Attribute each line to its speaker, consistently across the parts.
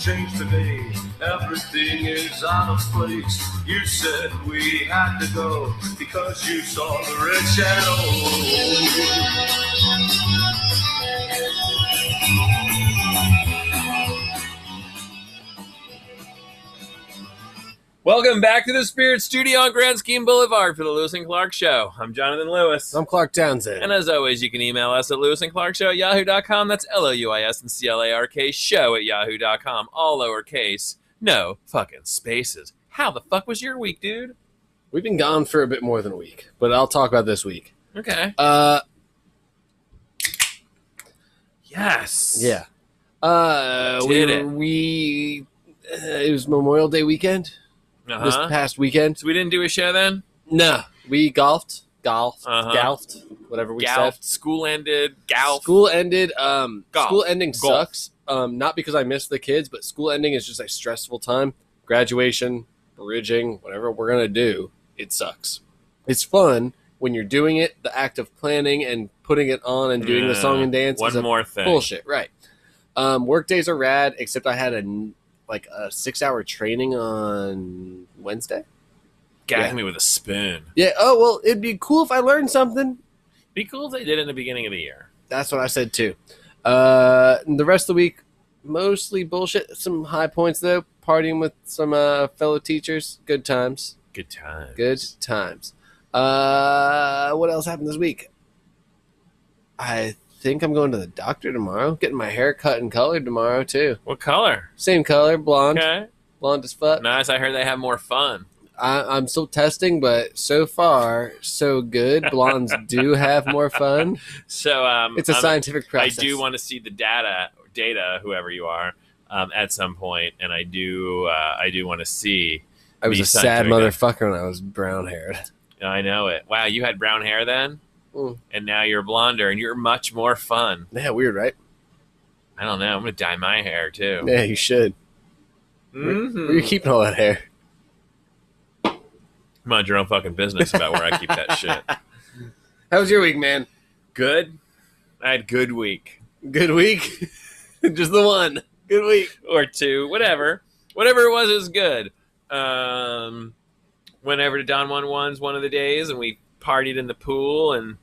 Speaker 1: changed today. Everything is out of place. You said we had to go because you saw the rich and old.
Speaker 2: Welcome back to the Spirit Studio on Grand Scheme Boulevard for the Lewis and Clark Show. I'm Jonathan Lewis.
Speaker 3: I'm Clark Townsend.
Speaker 2: And as always, you can email us at Lewis and Clark Show at yahoo.com. That's L O U I S and C L A R K show at yahoo.com. All lowercase. No fucking spaces. How the fuck was your week, dude?
Speaker 3: We've been gone for a bit more than a week, but I'll talk about this week.
Speaker 2: Okay.
Speaker 3: Uh,
Speaker 2: Yes.
Speaker 3: yeah. Uh, we,
Speaker 2: Did it.
Speaker 3: we uh, it was Memorial Day weekend this
Speaker 2: Uh-huh.
Speaker 3: past weekend.
Speaker 2: So we didn't do a show then?
Speaker 3: No, we golfed, golfed,
Speaker 2: Uh-huh.
Speaker 3: golfed, whatever we
Speaker 2: Golf.
Speaker 3: said.
Speaker 2: School ended. Golf.
Speaker 3: School ended. Um,
Speaker 2: Golf.
Speaker 3: school ending
Speaker 2: Golf.
Speaker 3: sucks. Um, not because I miss the kids, but school ending is just a stressful time. Graduation, bridging, whatever we're gonna do, it sucks. It's fun when you're doing it. The act of planning and putting it on and doing the
Speaker 2: Yeah.
Speaker 3: song and dance
Speaker 2: One
Speaker 3: is a
Speaker 2: more thing.
Speaker 3: bullshit, right? Um, work days are rad, except I had a n- like a six hour training on Wednesday.
Speaker 2: Gag
Speaker 3: Yeah.
Speaker 2: me with a spoon.
Speaker 3: Yeah. Oh well, it'd be cool if I learned something.
Speaker 2: Be cool if they did it in the beginning of the year.
Speaker 3: That's what I said too. Uh, and the rest of the week, mostly bullshit. Some high points though. Partying with some uh, fellow teachers. Good times.
Speaker 2: Good time.
Speaker 3: Good times. Uh, what else happened this week? I think I'm going to the doctor tomorrow. Getting my hair cut and colored tomorrow too.
Speaker 2: What color?
Speaker 3: Same color, blonde,
Speaker 2: Okay.
Speaker 3: blonde as fuck.
Speaker 2: Nice. I heard they have more fun.
Speaker 3: I, I'm still testing, but so far so good. Blondes do have more fun.
Speaker 2: So um,
Speaker 3: It's a
Speaker 2: I'm-
Speaker 3: scientific
Speaker 2: I
Speaker 3: process.
Speaker 2: do want to see the data, data, whoever you are, um, at some point, and I do, uh, I do want to see.
Speaker 3: I was
Speaker 2: be
Speaker 3: a sad
Speaker 2: scientific.
Speaker 3: motherfucker when I was brown haired.
Speaker 2: I know it. Wow, you had brown hair then,
Speaker 3: Mm.
Speaker 2: and now you're blonder, and you're much more fun.
Speaker 3: Yeah, weird, right?
Speaker 2: I don't know. I'm gonna dye my hair too.
Speaker 3: Yeah, you should. Where you
Speaker 2: Mhm.
Speaker 3: keeping all that hair?
Speaker 2: Mind your own fucking business about where I keep that shit.
Speaker 3: How was your week, man?
Speaker 2: Good. I had good week
Speaker 3: Good week. Just the one. Good week.
Speaker 2: or two, whatever, whatever it was is good. Um, went over to Don One Ones one of the days, and we partied in the pool, and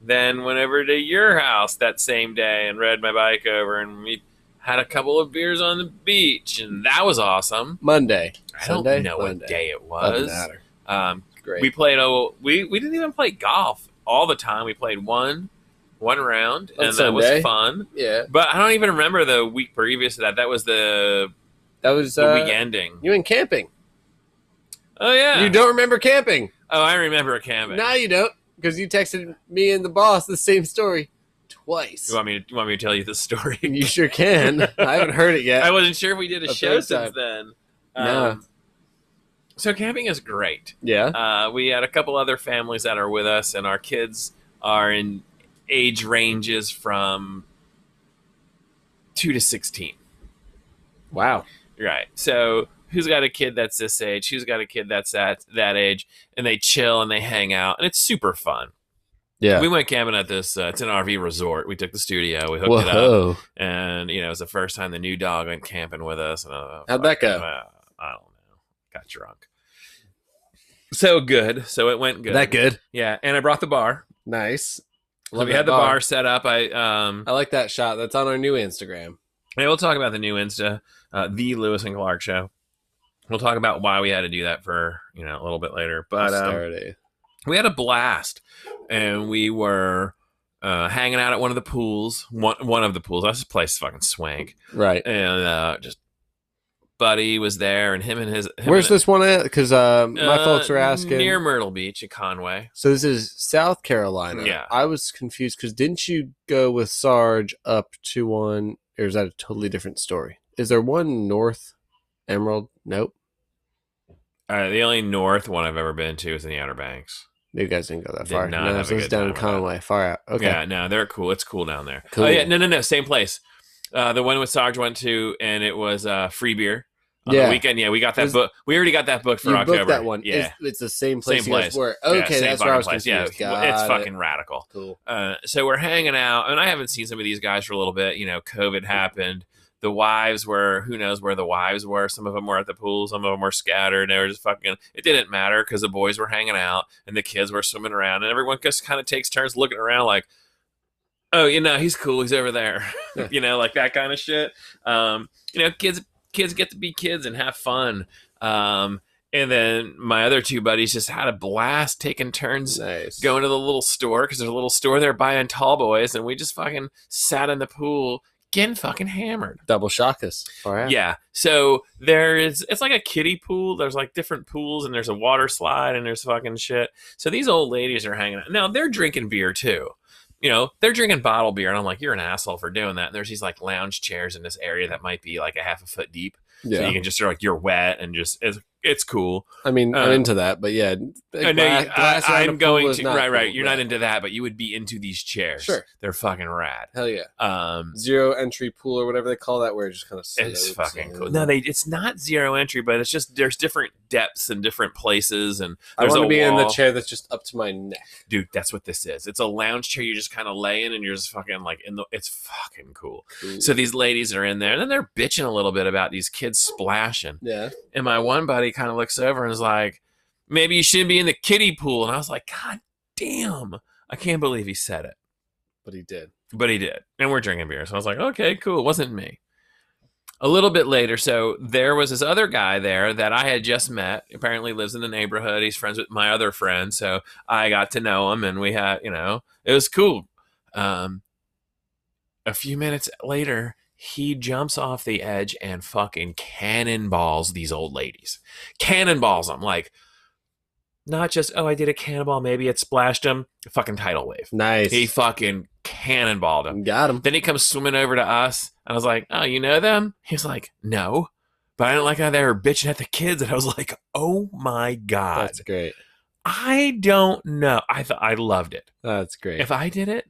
Speaker 2: then went over to your house that same day and rode my bike over, and we had a couple of beers on the beach, and that was awesome.
Speaker 3: Monday.
Speaker 2: I don't
Speaker 3: Sunday?
Speaker 2: know
Speaker 3: Monday.
Speaker 2: what day it
Speaker 3: Doesn't
Speaker 2: was.
Speaker 3: matter.
Speaker 2: Um,
Speaker 3: Great.
Speaker 2: we played a we we didn't even play golf all the time. We played one one round,
Speaker 3: On
Speaker 2: and that
Speaker 3: Sunday?
Speaker 2: was fun.
Speaker 3: yeah,
Speaker 2: But I don't even remember the week previous to that. That was the,
Speaker 3: that was
Speaker 2: the
Speaker 3: uh,
Speaker 2: week ending.
Speaker 3: You went camping.
Speaker 2: Oh yeah.
Speaker 3: You don't remember camping?
Speaker 2: Oh, I remember camping.
Speaker 3: Now you don't, because you texted me and the boss the same story twice.
Speaker 2: you want me to you want me to tell you the story?
Speaker 3: You sure can. I haven't heard it yet.
Speaker 2: I wasn't sure if we did a,
Speaker 3: A
Speaker 2: show
Speaker 3: third time.
Speaker 2: since then. Um,
Speaker 3: No.
Speaker 2: so camping is great.
Speaker 3: yeah.
Speaker 2: Uh, we had a couple other families that are with us, and our kids are in age ranges from two to sixteen.
Speaker 3: Wow.
Speaker 2: Right. So who's got a kid that's this age? Who's got a kid that's that that age? And they chill and they hang out, and it's super fun.
Speaker 3: Yeah.
Speaker 2: We went camping at this. Uh, it's an RV resort. We took the studio. We hooked it up.
Speaker 3: Whoa.
Speaker 2: and you know it was the first time the new dog went camping with us. And uh,
Speaker 3: How'd that go?
Speaker 2: uh, I don't know. Got drunk. So good. So it went good.
Speaker 3: That good.
Speaker 2: Yeah, and I brought the bar.
Speaker 3: Nice.
Speaker 2: So we had the bar set up. I um.
Speaker 3: I like that shot. That's on our new Instagram.
Speaker 2: Hey, we'll talk about the new Insta, uh, the Lewis and Clark show. We'll talk about why we had to do that for you know a little bit later, but um,
Speaker 3: Started.
Speaker 2: we had a blast, and we were uh, hanging out at one of the pools. One one of the pools. This place is fucking swank.
Speaker 3: Right.
Speaker 2: and uh, just Buddy was there, and him and his. him
Speaker 3: Where's
Speaker 2: and-
Speaker 3: this one at? Because uh, my
Speaker 2: Uh,
Speaker 3: folks were asking.
Speaker 2: near Myrtle Beach at Conway.
Speaker 3: so this is South Carolina.
Speaker 2: Yeah.
Speaker 3: I was confused because didn't you go with Sarge up to one? Or is that a totally different story? Is there one North Emerald? Nope.
Speaker 2: Uh, the only north one I've ever been to is in the Outer Banks.
Speaker 3: You guys didn't go that
Speaker 2: Did
Speaker 3: far.
Speaker 2: not
Speaker 3: No,
Speaker 2: have
Speaker 3: so
Speaker 2: a
Speaker 3: it's
Speaker 2: good
Speaker 3: down in
Speaker 2: time with that.
Speaker 3: Conway, far out. Okay.
Speaker 2: Yeah, no, they're cool. It's cool down there.
Speaker 3: Cool.
Speaker 2: Oh yeah, no, no, no, same place. Uh, the one with Sarge went to, and it was uh, free beer on
Speaker 3: Yeah.
Speaker 2: the weekend. Yeah, we got that
Speaker 3: Is-
Speaker 2: book. We already got that book for
Speaker 3: you
Speaker 2: October.
Speaker 3: booked that one.
Speaker 2: Yeah,
Speaker 3: It's, it's the same place
Speaker 2: Same
Speaker 3: you guys
Speaker 2: place.
Speaker 3: were.
Speaker 2: Yeah,
Speaker 3: Okay,
Speaker 2: same
Speaker 3: that's where I was
Speaker 2: fucking place.
Speaker 3: confused.
Speaker 2: Yeah,
Speaker 3: Got
Speaker 2: it's
Speaker 3: it.
Speaker 2: fucking radical.
Speaker 3: cool.
Speaker 2: Uh, so we're hanging out, and I haven't seen some of these guys for a little bit. You know, COVID happened. the wives were who knows where the wives were. Some of them were at the pool, some of them were scattered. They were just fucking. It didn't matter because the boys were hanging out and the kids were swimming around, and everyone just kind of takes turns looking around like, oh, you know, he's cool, he's over there,
Speaker 3: Yeah.
Speaker 2: you know, like that kind of shit. Um, you know, kids kids get to be kids and have fun. Um, and then my other two buddies just had a blast taking turns
Speaker 3: Nice.
Speaker 2: going to the little store because there's a little store there buying tall boys, and we just fucking sat in the pool getting fucking hammered.
Speaker 3: Double shock us. All right.
Speaker 2: Yeah. So there is it's like a kiddie pool. There's like different pools and there's a water slide and there's fucking shit. So these old ladies are hanging out. Now they're drinking beer too. You know, they're drinking bottle beer and I'm like, you're an asshole for doing that. And there's these like lounge chairs in this area that might be like a half a foot deep. So
Speaker 3: Yeah.
Speaker 2: you can just sort of like you're wet and just it's it's cool.
Speaker 3: I mean, I'm
Speaker 2: Uh,
Speaker 3: into that, but yeah.
Speaker 2: I know you,
Speaker 3: gla- glass
Speaker 2: I,
Speaker 3: around a
Speaker 2: am
Speaker 3: pool
Speaker 2: going
Speaker 3: is
Speaker 2: to
Speaker 3: not
Speaker 2: right, right.
Speaker 3: cool,
Speaker 2: You're
Speaker 3: yeah.
Speaker 2: not into that, but you would be into these chairs.
Speaker 3: Sure.
Speaker 2: They're fucking rad.
Speaker 3: Hell yeah.
Speaker 2: Um
Speaker 3: Zero entry pool or whatever they call that, where it just kind of
Speaker 2: It's fucking cool. No, they it's not zero entry, but it's just there's different depths and different places and
Speaker 3: I
Speaker 2: there's
Speaker 3: want
Speaker 2: a
Speaker 3: to be in the
Speaker 2: wall.
Speaker 3: chair that's just up to my neck.
Speaker 2: dude, that's what this is. It's a lounge chair you just kind of lay in and you're just fucking like in the it's fucking cool. So these ladies are in there and then they're bitching a little bit about these kids splashing.
Speaker 3: yeah.
Speaker 2: And my one buddy kind of looks over and is like, "Maybe you shouldn't be in the kiddie pool." And I was like, "God damn. I can't believe he said it."
Speaker 3: But he did.
Speaker 2: but he did and we're drinking beer so i was like okay cool it wasn't me a little bit later so there was this other guy there that i had just met apparently lives in the neighborhood he's friends with my other friend so i got to know him and we had you know it was cool um a few minutes later he jumps off the edge and fucking cannonballs these old ladies cannonballs them like not just oh i did a cannonball maybe it splashed him fucking tidal wave
Speaker 3: Nice.
Speaker 2: he fucking cannonballed him.
Speaker 3: Got him.
Speaker 2: Then he comes swimming over to us, and I was like, "Oh, you know them?" He was like, "No," but I didn't like how they were bitching at the kids, and I was like, "Oh my god,
Speaker 3: That's great.
Speaker 2: I don't know." I thought I loved it.
Speaker 3: That's great.
Speaker 2: If I did it,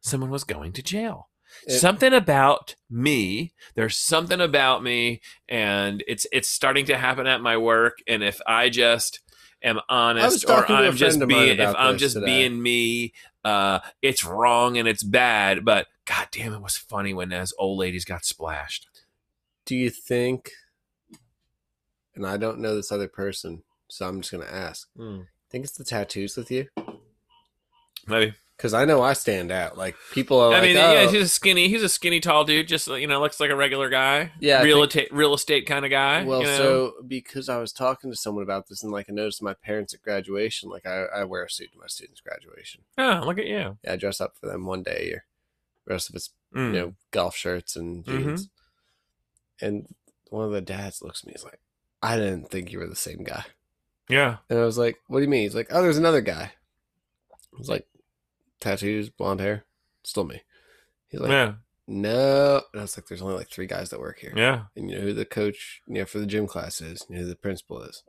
Speaker 2: someone was going to jail.
Speaker 3: It-
Speaker 2: something about me. There's something about me, and it's it's starting to happen at my work. And if I just am honest, or
Speaker 3: talking to a
Speaker 2: I'm just
Speaker 3: friend of mine
Speaker 2: being, if
Speaker 3: about
Speaker 2: I'm
Speaker 3: this
Speaker 2: just
Speaker 3: today.
Speaker 2: being me, uh, it's wrong and it's bad. But god damn, it was funny when those old ladies got splashed.
Speaker 3: Do you think? And I don't know this other person, so I'm just gonna ask. Think it's the tattoos with you?
Speaker 2: Maybe
Speaker 3: Because I know I stand out. Like people are
Speaker 2: I
Speaker 3: like,
Speaker 2: mean,
Speaker 3: oh,
Speaker 2: yeah, he's a skinny, he's a skinny, tall dude. Just you know, looks like a regular guy.
Speaker 3: Yeah, I
Speaker 2: real estate, real estate kind of guy.
Speaker 3: Well,
Speaker 2: you know?
Speaker 3: so because I was talking to someone about this, and like I noticed my parents at graduation, like I, I wear a suit to my students' graduation.
Speaker 2: oh, look at you.
Speaker 3: Yeah, I dress up for them one day a year. The rest of it's
Speaker 2: Mm.
Speaker 3: you know golf shirts and
Speaker 2: Mhm.
Speaker 3: jeans. And one of the dads looks at me. He's like, "I didn't think you were the same guy."
Speaker 2: Yeah.
Speaker 3: And I was like, "What do you mean?" He's like, "Oh, there's another guy." I was like, "Tattoos, blonde hair, still me." He's like,
Speaker 2: yeah.
Speaker 3: "No," and I was like, "There's only like three guys that work here."
Speaker 2: Yeah.
Speaker 3: and you know who the coach you know for the gym class is and who the principal is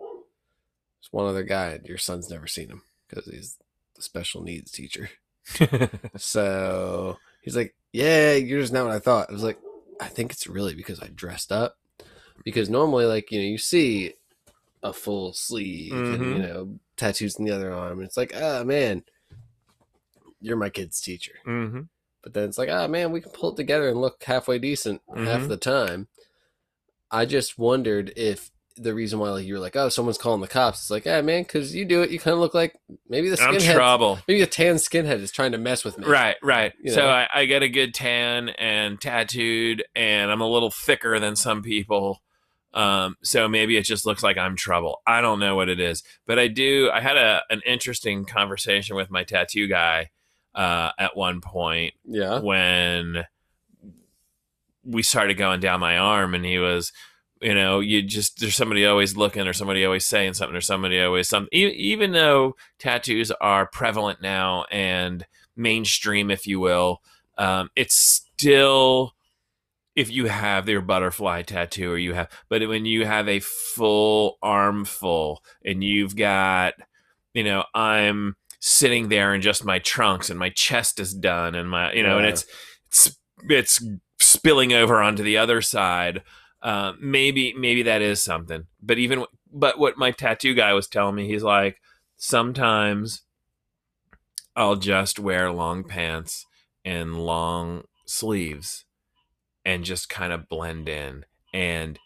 Speaker 3: it's one other guy and your son's never seen him because he's the special needs teacher
Speaker 2: Mm-hmm.
Speaker 3: so he's like yeah you're just not what i thought i was like i think it's really because i dressed up because normally like you know you see a full sleeve
Speaker 2: Mm-hmm.
Speaker 3: and you know tattoos in the other arm and it's like ah man you're my kid's teacher
Speaker 2: mm-hmm.
Speaker 3: but then it's like, ah, man, we can pull it together and look halfway decent half
Speaker 2: Mhm.
Speaker 3: the time. I just wondered if the reason why like you were like, oh, someone's calling the cops. It's like, ah, man, because you do it, you kind of look like maybe the
Speaker 2: I'm
Speaker 3: skinhead,
Speaker 2: trouble.
Speaker 3: maybe the tan skinhead is trying to mess with me.
Speaker 2: Right, right.
Speaker 3: You
Speaker 2: So
Speaker 3: know?
Speaker 2: I, I get a good tan and tattooed, and I'm a little thicker than some people. Um, so maybe it just looks like I'm trouble. I don't know what it is, but I do. I had a an interesting conversation with my tattoo guy uh, at one point
Speaker 3: Yeah.
Speaker 2: when we started going down my arm and he was you know you just there's somebody always looking or somebody always saying something or somebody always something e- even though tattoos are prevalent now and mainstream if you will um, it's still if you have your butterfly tattoo or you have but when you have a full armful and you've got you know i'm sitting there in just my trunks and my chest is done and my you know and
Speaker 3: Yeah.
Speaker 2: it's it's it's spilling over onto the other side uh, maybe maybe that is something but even but what my tattoo guy was telling me he's like sometimes i'll just wear long pants and long sleeves and just kind of blend in. And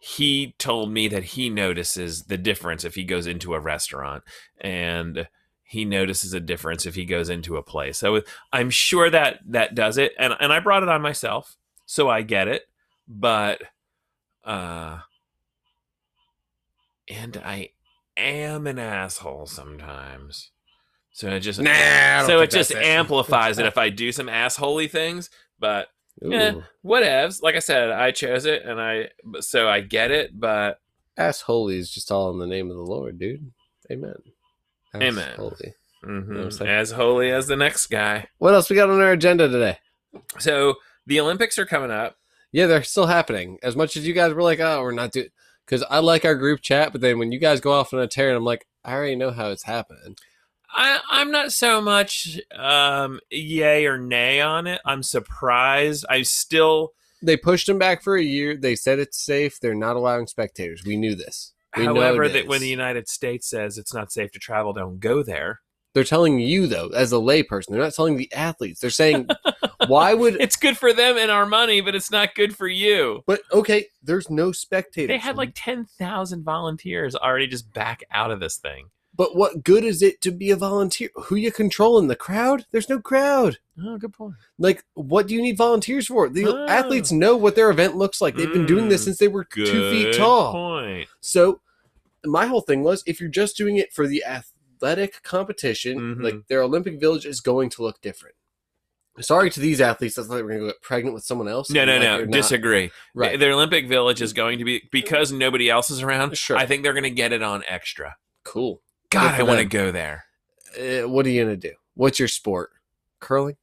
Speaker 2: he told me that he notices the difference if he goes into a restaurant and he notices a difference if he goes into a place. So I'm sure that that does it. And and I brought it on myself, so I get it. But uh and I am an asshole sometimes. So it just
Speaker 4: Nah, I don't
Speaker 2: so it
Speaker 4: think
Speaker 2: just
Speaker 4: that's it.
Speaker 2: amplifies it if I do some assholey things, but
Speaker 3: Ooh,
Speaker 2: Yeah. whatevs. Like I said, I chose it, and I so I get it. But
Speaker 3: Ass holy is just all in the name of the Lord, dude. Amen. Ass
Speaker 2: Amen.
Speaker 3: Holy.
Speaker 2: mhm,
Speaker 3: I'm saying?
Speaker 2: as holy as the next guy.
Speaker 3: What else we got on our agenda today?
Speaker 2: So the Olympics are coming up.
Speaker 3: Yeah, they're still happening. As much as you guys were like, oh, we're not doing because I like our group chat, but then when you guys go off on a tear, I'm like, I already know how it's happening.
Speaker 2: I, I'm not so much um, yay or nay on it. I'm surprised. I still,
Speaker 3: They pushed them back for a year. They said it's safe. They're not allowing spectators. We knew this. We know
Speaker 2: however,
Speaker 3: it
Speaker 2: that when
Speaker 3: is.
Speaker 2: the United States says it's not safe to travel, don't go there.
Speaker 3: they're telling you though, as a layperson, they're not telling the athletes. They're saying, why would?
Speaker 2: It's good for them and our money, but it's not good for you.
Speaker 3: But okay, there's no spectators.
Speaker 2: They had like 10,000 volunteers already just back out of this thing.
Speaker 3: But what good is it to be a volunteer? Who you controlling? The crowd? There's no crowd.
Speaker 2: Oh, good point.
Speaker 3: Like, what do you need volunteers for? The
Speaker 2: Oh.
Speaker 3: athletes know what their event looks like. They've been doing this
Speaker 2: Mm,
Speaker 3: since they were
Speaker 2: Good
Speaker 3: two feet tall.
Speaker 2: Point.
Speaker 3: So, my whole thing was if you're just doing it for the athletic competition,
Speaker 2: Mhm.
Speaker 3: like their Olympic village is going to look different. Sorry to these athletes, that's like we're going to get pregnant with someone else.
Speaker 2: No,
Speaker 3: and,
Speaker 2: no,
Speaker 3: like,
Speaker 2: no.
Speaker 3: you're not-
Speaker 2: Disagree.
Speaker 3: Right.
Speaker 2: The Olympic Village is going to be because nobody else is around.
Speaker 3: Sure.
Speaker 2: I think they're going to get it on extra.
Speaker 3: Cool.
Speaker 2: God,
Speaker 3: for
Speaker 2: I want to
Speaker 3: them.
Speaker 2: go there.
Speaker 3: Uh, what are you going to do? What's your sport? Curling?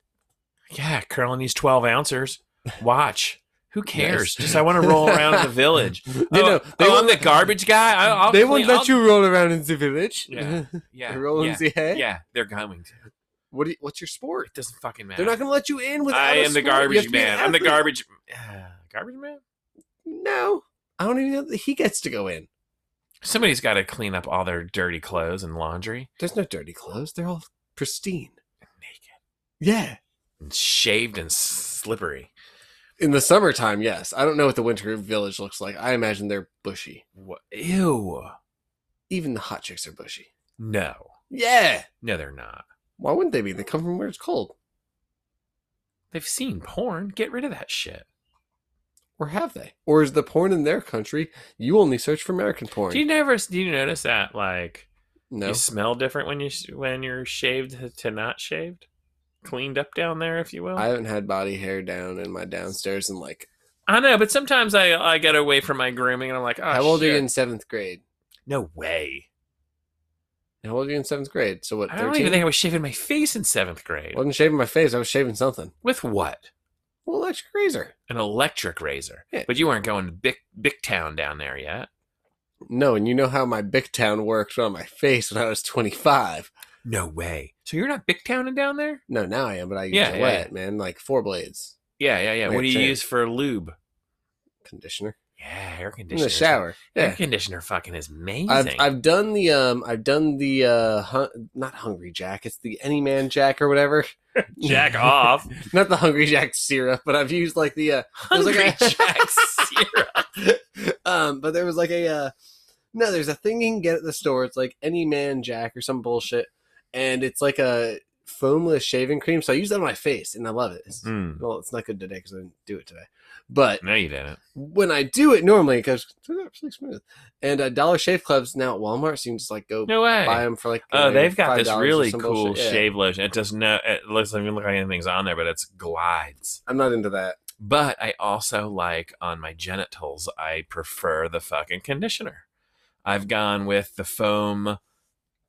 Speaker 2: Yeah, curling these 12 ouncers. Watch. Who cares?
Speaker 3: Nice.
Speaker 2: Just I want to roll around the village.
Speaker 3: You
Speaker 2: oh,
Speaker 3: know, they
Speaker 2: oh,
Speaker 3: won't
Speaker 2: I'm the garbage guy. I, I'll
Speaker 3: they
Speaker 2: clean-
Speaker 3: won't let
Speaker 2: I'll-
Speaker 3: you roll around in the village.
Speaker 2: Yeah. Yeah,
Speaker 3: roll
Speaker 2: yeah,
Speaker 3: in the head.
Speaker 2: yeah, they're going to.
Speaker 3: What? Do you, what's your sport?
Speaker 2: It doesn't fucking matter.
Speaker 3: They're not going to let you in without.
Speaker 2: I
Speaker 3: a
Speaker 2: am the
Speaker 3: sport. You have
Speaker 2: garbage
Speaker 3: to be an
Speaker 2: man. I'm the
Speaker 3: athlete.
Speaker 2: garbage. Uh, garbage man.
Speaker 3: No, I don't even know that he gets to go in.
Speaker 2: Somebody's got to clean up all their dirty clothes and laundry
Speaker 3: There's no dirty clothes. They're all pristine.
Speaker 2: Naked.
Speaker 3: Yeah.
Speaker 2: and shaved and slippery.
Speaker 3: In the summertime, yes. I don't know what the winter village looks like. I imagine they're bushy.
Speaker 2: What? Ew.
Speaker 3: Even the hot chicks are bushy.
Speaker 2: No.
Speaker 3: Yeah.
Speaker 2: No, they're not.
Speaker 3: Why wouldn't they be? They come from where it's cold,
Speaker 2: They've seen porn. Get rid of that shit.
Speaker 3: or have they? Or is the porn in their country? You only search for American porn.
Speaker 2: Do you never? Do you notice that like
Speaker 3: no.
Speaker 2: you smell different when you sh- when you're shaved to not shaved, cleaned up down there, if you will?
Speaker 3: I haven't had body hair down in my downstairs in like
Speaker 2: I know, but sometimes I I get away from my grooming and I'm like, oh,
Speaker 3: how old are you
Speaker 2: shit.
Speaker 3: in seventh grade?
Speaker 2: No way.
Speaker 3: How old are you in seventh grade? So what?
Speaker 2: I don't even think I was shaving my face in seventh grade.
Speaker 3: wasn't shaving my face. I was shaving something.
Speaker 2: With what?
Speaker 3: Well, electric razor.
Speaker 2: An electric razor.
Speaker 3: Yeah.
Speaker 2: But you weren't going to Bic Bic Town down there yet.
Speaker 3: No, and you know how my Bic Town worked on my face when I was 25.
Speaker 2: No way. So you're not Bic Towning down there?
Speaker 3: No, now I am, but I use
Speaker 2: Yeah, yeah,
Speaker 3: Gillette, man, like four blades
Speaker 2: Yeah, yeah, yeah.
Speaker 3: Wait,
Speaker 2: what do you
Speaker 3: change.
Speaker 2: use for lube?
Speaker 3: conditioner
Speaker 2: Yeah, air conditioner.
Speaker 3: in the shower.
Speaker 2: Air
Speaker 3: Yeah,
Speaker 2: conditioner fucking is amazing.
Speaker 3: I've I've done the um I've done the uh hun- not Hungry Jack. It's the Any Man Jack or whatever.
Speaker 2: Jack off.
Speaker 3: not the Hungry Jack syrup, but I've used like the uh, was like
Speaker 2: Hungry
Speaker 3: a-
Speaker 2: Jack syrup.
Speaker 3: um, but there was like a uh, no, there's a thing you can get at the store. It's like any man jack or some bullshit, and it's like a foamless shaving cream. So I use that on my face, and I love it. It's,
Speaker 2: Mm,
Speaker 3: Well, it's not good today because I didn't do it today, but
Speaker 2: no, you didn't.
Speaker 3: when I do it normally, because it's really smooth. And uh, Dollar Shave Clubs now at Walmart, so you can just like go
Speaker 2: No way.
Speaker 3: buy them for like.
Speaker 2: Oh,
Speaker 3: maybe
Speaker 2: they've got this
Speaker 3: $5 or
Speaker 2: really
Speaker 3: some
Speaker 2: cool
Speaker 3: bullshit. Yeah.
Speaker 2: shave lotion. It doesn't know. It looks like look like anything's on there, but it's glides.
Speaker 3: I'm not into that.
Speaker 2: But I also like on my genitals. I prefer the fucking conditioner. I've gone with the foam.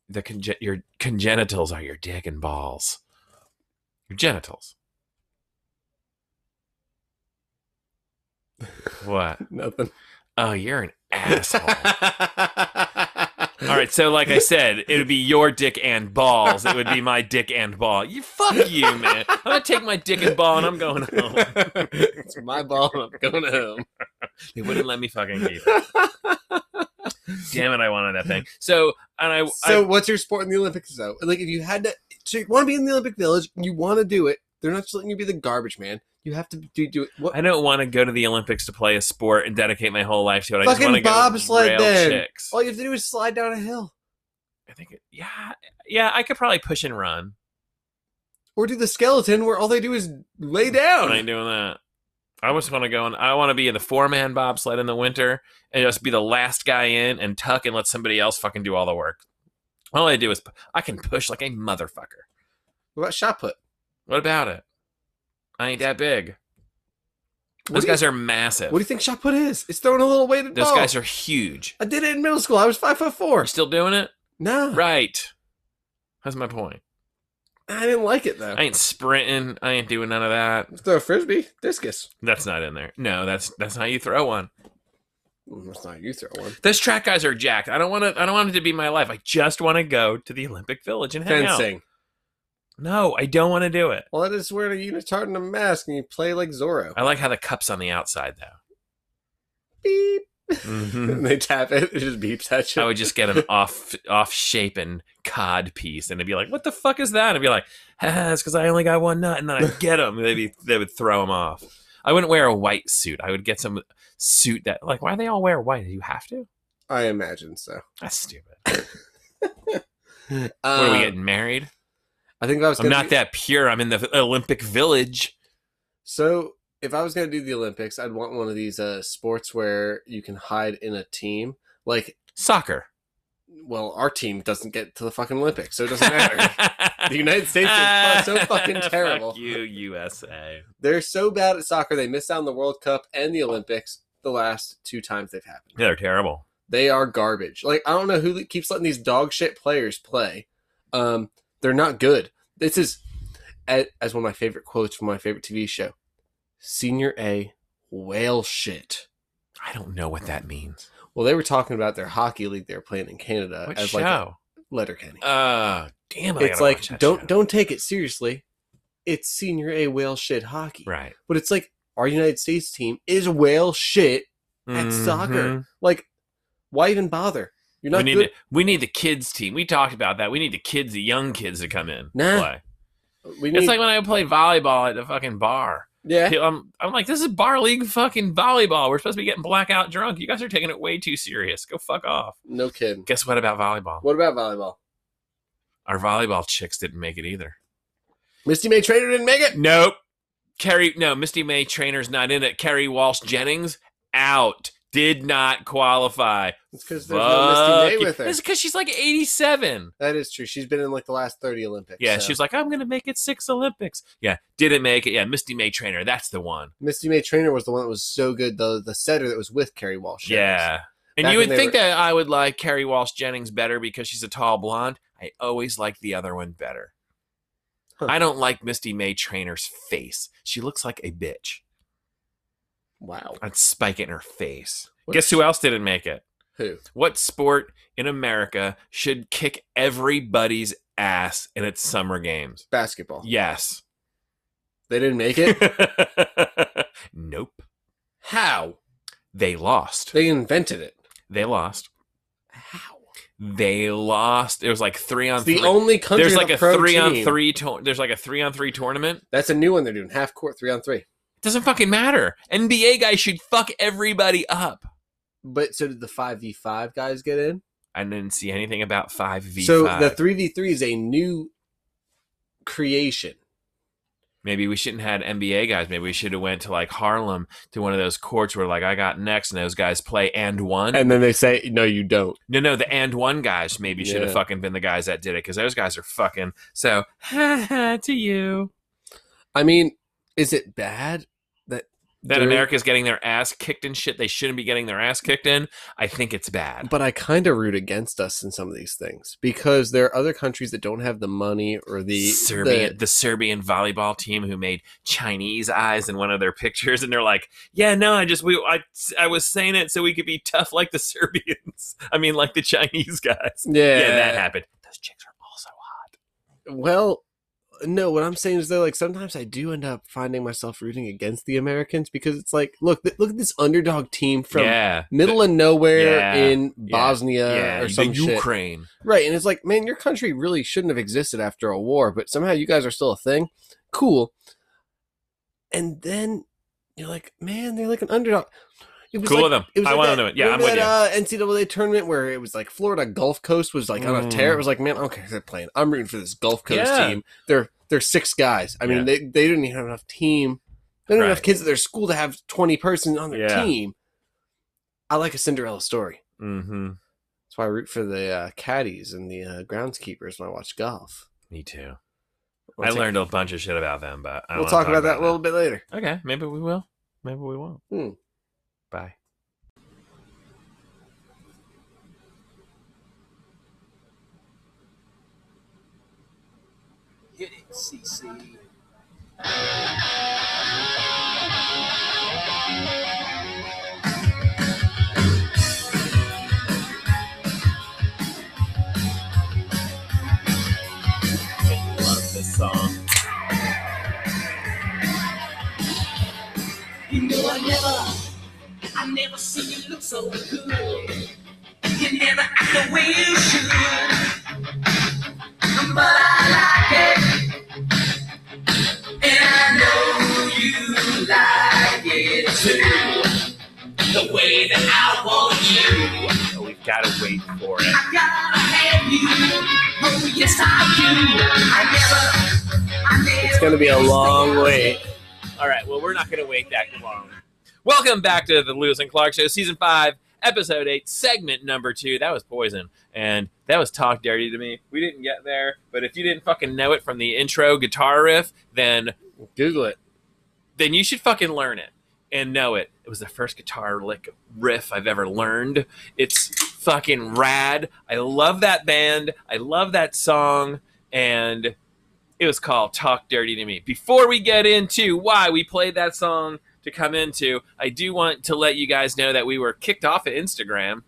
Speaker 2: The conge- your congenitals are your dick and balls. Your genitals. What?
Speaker 3: Nothing.
Speaker 2: Oh, you're an asshole. All right, so like I said, it would be your dick and balls. It would be my dick and ball. You fuck you, man. I'm gonna take my dick and ball Oh, and I'm going home.
Speaker 3: it's my ball. I'm going home.
Speaker 2: They wouldn't let me fucking keep it. Damn it, I wanted that thing. So and I,
Speaker 3: So, what's your sport in the Olympics though? Like, if you had to, so you want to be in the Olympic Village, you want to do it. They're not just letting you be the garbage man. You have to do, do what?
Speaker 2: I don't want to go to the Olympics to play a sport and dedicate my whole life to it. I just
Speaker 3: Fucking
Speaker 2: want to go
Speaker 3: bobsled
Speaker 2: rail
Speaker 3: then.
Speaker 2: chicks.
Speaker 3: All you have to do is slide down a hill
Speaker 2: I think, it- yeah, yeah, I could probably push and run.
Speaker 3: or do the skeleton where all they do is lay
Speaker 2: I
Speaker 3: down.
Speaker 2: ain't doing that. I just want to go and I want to be in the four man bobsled in the winter and just be the last guy in and tuck and let somebody else fucking do all the work. All I do is I can push like a motherfucker.
Speaker 3: What about shot put?
Speaker 2: What about it? I ain't that big.
Speaker 3: What
Speaker 2: Those
Speaker 3: do you-
Speaker 2: guys are massive.
Speaker 3: What do you think shot put is? It's throwing a little weighted
Speaker 2: Those
Speaker 3: ball.
Speaker 2: guys are huge.
Speaker 3: I did it in middle school. I was five foot four.
Speaker 2: You're still doing it?
Speaker 3: No,
Speaker 2: Right. That's my point.
Speaker 3: I didn't like it though.
Speaker 2: I ain't sprinting. I ain't doing none of that.
Speaker 3: Throw a frisbee, discus.
Speaker 2: That's not in there. No, that's that's how you throw one.
Speaker 3: Mm, That's not you throw one.
Speaker 2: Those track guys are jacked. I don't want to. I don't want it to be my life. I just want to go to the Olympic Village and hang out.
Speaker 3: Fencing.
Speaker 2: No, I don't want to do it.
Speaker 3: Well, that is wearing a unitard and a mask, and you play like Zorro.
Speaker 2: I like how the cup's on the outside though.
Speaker 3: Beep.
Speaker 2: Mhm.
Speaker 3: and they tap it. It just beeps at you.
Speaker 2: I would just get an off off shapen cod piece, and it'd be like, "What the fuck is that?" And I'd be like, "Ha, "It's because I only got one nut," and then I'd get them. They'd be, they would throw them off. I wouldn't wear a white suit. I would get some suit that like, why do they all wear white? Do you have to?
Speaker 3: I imagine so.
Speaker 2: That's stupid.
Speaker 3: What
Speaker 2: what are we getting married?
Speaker 3: Um, I think if I was
Speaker 2: I'm
Speaker 3: Uh,
Speaker 2: not
Speaker 3: gonna do-
Speaker 2: that pure. I'm in the Olympic Village.
Speaker 3: So if I was gonna do the Olympics, I'd want one of these uh, sports where you can hide in a team. Like,
Speaker 2: Soccer.
Speaker 3: well, our team doesn't get to the fucking Olympics, so it doesn't matter. the United States
Speaker 2: Ah,
Speaker 3: is so fucking terrible.
Speaker 2: Fuck you, USA.
Speaker 3: They're so bad at soccer they missed out on the World Cup and the
Speaker 2: Oh.
Speaker 3: Olympics the last two times they've happened.
Speaker 2: They're terrible.
Speaker 3: They are garbage. Like I don't know who keeps letting these dog shit players play. Um, they're not good. This is a- as one of my favorite quotes from my favorite TV show. Senior A whale shit.
Speaker 2: I don't know what that means.
Speaker 3: Well, they were talking about their hockey league they were playing in Canada
Speaker 2: What
Speaker 3: Uh, as like a
Speaker 2: show?
Speaker 3: Letterkenny.
Speaker 2: Uh, damn! I
Speaker 3: it's
Speaker 2: gotta watch
Speaker 3: like
Speaker 2: that
Speaker 3: don't
Speaker 2: show.
Speaker 3: don't take it seriously. It's senior A whale shit hockey.
Speaker 2: Right.
Speaker 3: But it's like our United States team is whale shit At soccer. Like, why even bother? You're
Speaker 2: We
Speaker 3: not
Speaker 2: need
Speaker 3: good.
Speaker 2: to, we need the kids team. We talked about that. We need the kids, the young kids, to come in.
Speaker 3: Nah,
Speaker 2: play.
Speaker 3: we
Speaker 2: It's
Speaker 3: need, Eh?
Speaker 2: like when I play volleyball at the fucking bar.
Speaker 3: yeah,
Speaker 2: I'm, I'm like, this is bar league fucking volleyball. We're supposed to be getting blackout drunk. You guys are taking it way too serious. Go fuck off.
Speaker 3: no kidding.
Speaker 2: Guess what about volleyball?
Speaker 3: What about volleyball?
Speaker 2: Our volleyball chicks didn't make it either.
Speaker 3: Misty May Trader didn't make it.
Speaker 2: Nope. Carrie, no, Misty May Trainer's not in it. Carrie Walsh Jennings out. Did not qualify.
Speaker 3: It's because there's no Misty May with her.
Speaker 2: It's because she's like 87.
Speaker 3: That is true. She's been in like the last thirty Olympics.
Speaker 2: Yeah,
Speaker 3: so.
Speaker 2: she was like, I'm going to make it six Olympics. Yeah, didn't make it. Yeah, Misty May Trainer, that's the one.
Speaker 3: Misty May Trainer was the one that was so good. The the setter that was with Carrie Walsh.
Speaker 2: Yeah. And
Speaker 3: Back
Speaker 2: you
Speaker 3: when
Speaker 2: would
Speaker 3: they
Speaker 2: think
Speaker 3: were-
Speaker 2: that I would like Carrie Walsh Jennings better because she's a tall blonde. I always like the other one better.
Speaker 3: Huh.
Speaker 2: I don't like Misty May Trainer's face. She looks like a bitch.
Speaker 3: Wow.
Speaker 2: I'd spike it in her face.
Speaker 3: What-
Speaker 2: Guess who else didn't make it?
Speaker 3: Who?
Speaker 2: What sport in America should kick everybody's ass in its summer games?
Speaker 3: Basketball.
Speaker 2: Yes.
Speaker 3: They didn't make it.
Speaker 2: nope.
Speaker 3: How?
Speaker 2: They lost.
Speaker 3: They invented it.
Speaker 2: They lost.
Speaker 3: How?
Speaker 2: They lost. It was like three on
Speaker 3: It's the
Speaker 2: three.
Speaker 3: only country.
Speaker 2: there's
Speaker 3: with
Speaker 2: like a,
Speaker 3: pro
Speaker 2: three on
Speaker 3: team.
Speaker 2: three. tour there's like a three on three tournament.
Speaker 3: That's a new one they're doing. Half court, three on three.
Speaker 2: Doesn't fucking matter. NBA guys should fuck everybody up.
Speaker 3: But so did the five v five guys get in?
Speaker 2: I didn't see anything about five v
Speaker 3: So
Speaker 2: five.
Speaker 3: the three v three is a new creation.
Speaker 2: Maybe we shouldn't had NBA guys. Maybe we should have went to like Harlem to one of those courts where like I got next and those guys play and one.
Speaker 3: then they say, "No, you don't."
Speaker 2: no, no, the and one guys maybe should have
Speaker 3: Yeah.
Speaker 2: fucking been the guys that did it because those guys are fucking so to you.
Speaker 3: I mean, is it bad?
Speaker 2: That
Speaker 3: Dude.
Speaker 2: America's getting their ass kicked in shit they shouldn't be getting their ass kicked in. I think it's bad.
Speaker 3: But I kind of root against us in some of these things because there are other countries that don't have the money or the
Speaker 2: Serbian, the, Serbian volleyball team who made Chinese eyes in one of their pictures, and they're like, "Yeah, no, I just we I, I was saying it so we could be tough like the Serbians. I mean, like the Chinese guys.
Speaker 3: the- yeah.
Speaker 2: Yeah, that happened. Those chicks are also hot.
Speaker 3: Well, no. What I'm saying is though, like sometimes I do end up finding myself rooting against the Americans because it's like, look, th- look at this underdog team from.
Speaker 2: yeah,
Speaker 3: Middle of nowhere
Speaker 2: Yeah.
Speaker 3: in
Speaker 2: Yeah.
Speaker 3: Bosnia
Speaker 2: yeah,
Speaker 3: or
Speaker 2: the
Speaker 3: some shit.
Speaker 2: Ukraine.
Speaker 3: Right, and it's like, man, your country really shouldn't have existed after a war, but somehow you guys are still a thing. Cool. and then you're like, man, they're like an underdog. It was
Speaker 2: Cool
Speaker 3: like-
Speaker 2: with them. I want to know it. Yeah, I'm
Speaker 3: remember
Speaker 2: with you.
Speaker 3: that, Uh, NCAA tournament where it was like Florida Gulf Coast was like on a
Speaker 2: Mm.
Speaker 3: tear. It was like, man, okay, they're playing. I'm rooting for this Gulf Coast
Speaker 2: Yeah.
Speaker 3: team. They're they're six guys. I mean,
Speaker 2: Yeah.
Speaker 3: they they didn't even have enough team. They don't have enough
Speaker 2: Right.
Speaker 3: kids at their school to have 20 persons on their
Speaker 2: Yeah.
Speaker 3: team. I like a Cinderella story.
Speaker 2: Mm-hmm.
Speaker 3: That's why I root for the uh, caddies and the uh, groundskeepers when I watch golf.
Speaker 2: Me too.
Speaker 3: We'll
Speaker 2: I
Speaker 3: take-
Speaker 2: learned a bunch of shit about them, but I don't
Speaker 3: We'll
Speaker 2: wanna
Speaker 3: talk about that
Speaker 2: now.
Speaker 3: a little bit later.
Speaker 2: Okay, maybe we will. Maybe we won't.
Speaker 3: Hmm.
Speaker 2: Bye.
Speaker 4: Hit it, CC.
Speaker 1: love this song.
Speaker 4: You know I never, I never seen you look so good. You never act the way you should. But I like it. And I know you like it too. The way that I want you.
Speaker 1: Oh, We've got to wait for it.
Speaker 4: I gotta have you. Oh, yes, I do. I never, I never.
Speaker 3: It's going to be a long wait.
Speaker 2: All right. Well, we're not going to wait that long. Welcome back to the Lewis and Clark Show, Season 5, Episode 8, Segment Number 2. That was Poison. And that was Talk Dirty to me. We didn't get there, but if you didn't fucking know it from the intro guitar riff, then
Speaker 3: Google it.
Speaker 2: then you should fucking learn it and know it. It was the first guitar lick riff I've ever learned. It's fucking rad. I love that band. I love that song. And it was called Talk Dirty to Me. Before we get into why we played that song to come into, I do want to let you guys know that we were kicked off of Instagram.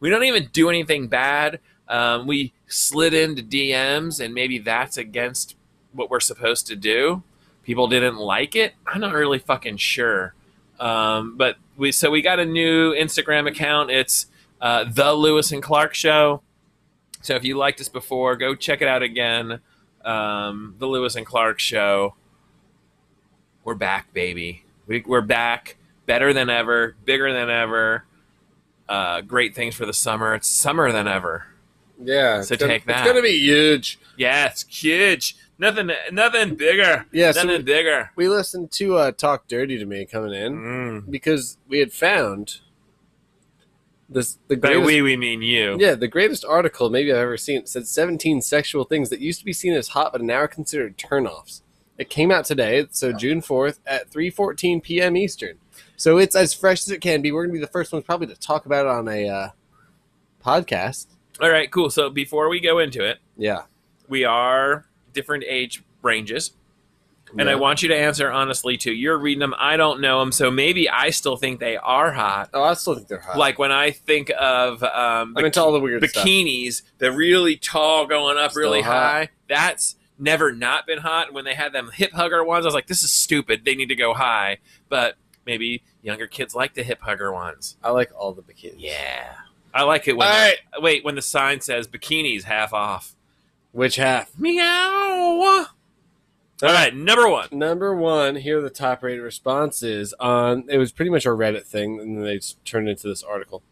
Speaker 2: We don't even do anything bad. Um, we slid into DMs, and maybe that's against what we're supposed to do people didn't like it. I'm not really fucking sure. Um, but we so we got a new Instagram account. It's uh, the Lewis and Clark Show. So if you liked us before, go check it out again. Um, the Lewis and Clark Show. We're back, baby. We, we're back, better than ever, bigger than ever. Uh, great things for the summer. It's summer than ever.
Speaker 3: Yeah.
Speaker 2: So
Speaker 3: it's gonna-
Speaker 2: take that.
Speaker 3: It's going to be huge.
Speaker 2: Yeah, it's huge. Nothing, nothing bigger.
Speaker 3: Yeah. so
Speaker 2: nothing bigger.
Speaker 3: we listened to uh, Talk Dirty to Me coming in
Speaker 2: Mm.
Speaker 3: because we had found this the
Speaker 2: By
Speaker 3: greatest,
Speaker 2: we, we mean you.
Speaker 3: yeah the greatest article maybe I've ever seen. It said 17 sexual things that used to be seen as hot but are now considered turnoffs. It came out today, so June 4th at 3:14 p.m. Eastern. So it's as fresh as it can be. We're gonna be the first ones probably to talk about it on a uh, podcast.
Speaker 2: All right, cool. So before we go into it,
Speaker 3: Yeah,
Speaker 2: we are different age ranges, and I
Speaker 3: Yeah.
Speaker 2: want you to answer honestly too. You're reading them, I don't know them, so maybe I still think they are hot.
Speaker 3: oh, I still think they're hot.
Speaker 2: Like when I think of um,
Speaker 3: I'm into all the weird stuff.
Speaker 2: bikinis, the really tall going up
Speaker 3: Still
Speaker 2: really
Speaker 3: hot.
Speaker 2: high. That's never not been hot. And when they had them hip hugger ones, I was like, this is stupid. They need to go high. But maybe younger kids like the hip hugger ones.
Speaker 3: I like all the bikinis.
Speaker 2: Yeah. I like it when
Speaker 3: All right.
Speaker 2: wait, when the sign says bikinis half off.
Speaker 3: Which half?
Speaker 2: Meow. All right, number one.
Speaker 3: Number one, here are the top rated responses on it was pretty much a Reddit thing, and then they just turned it into this article.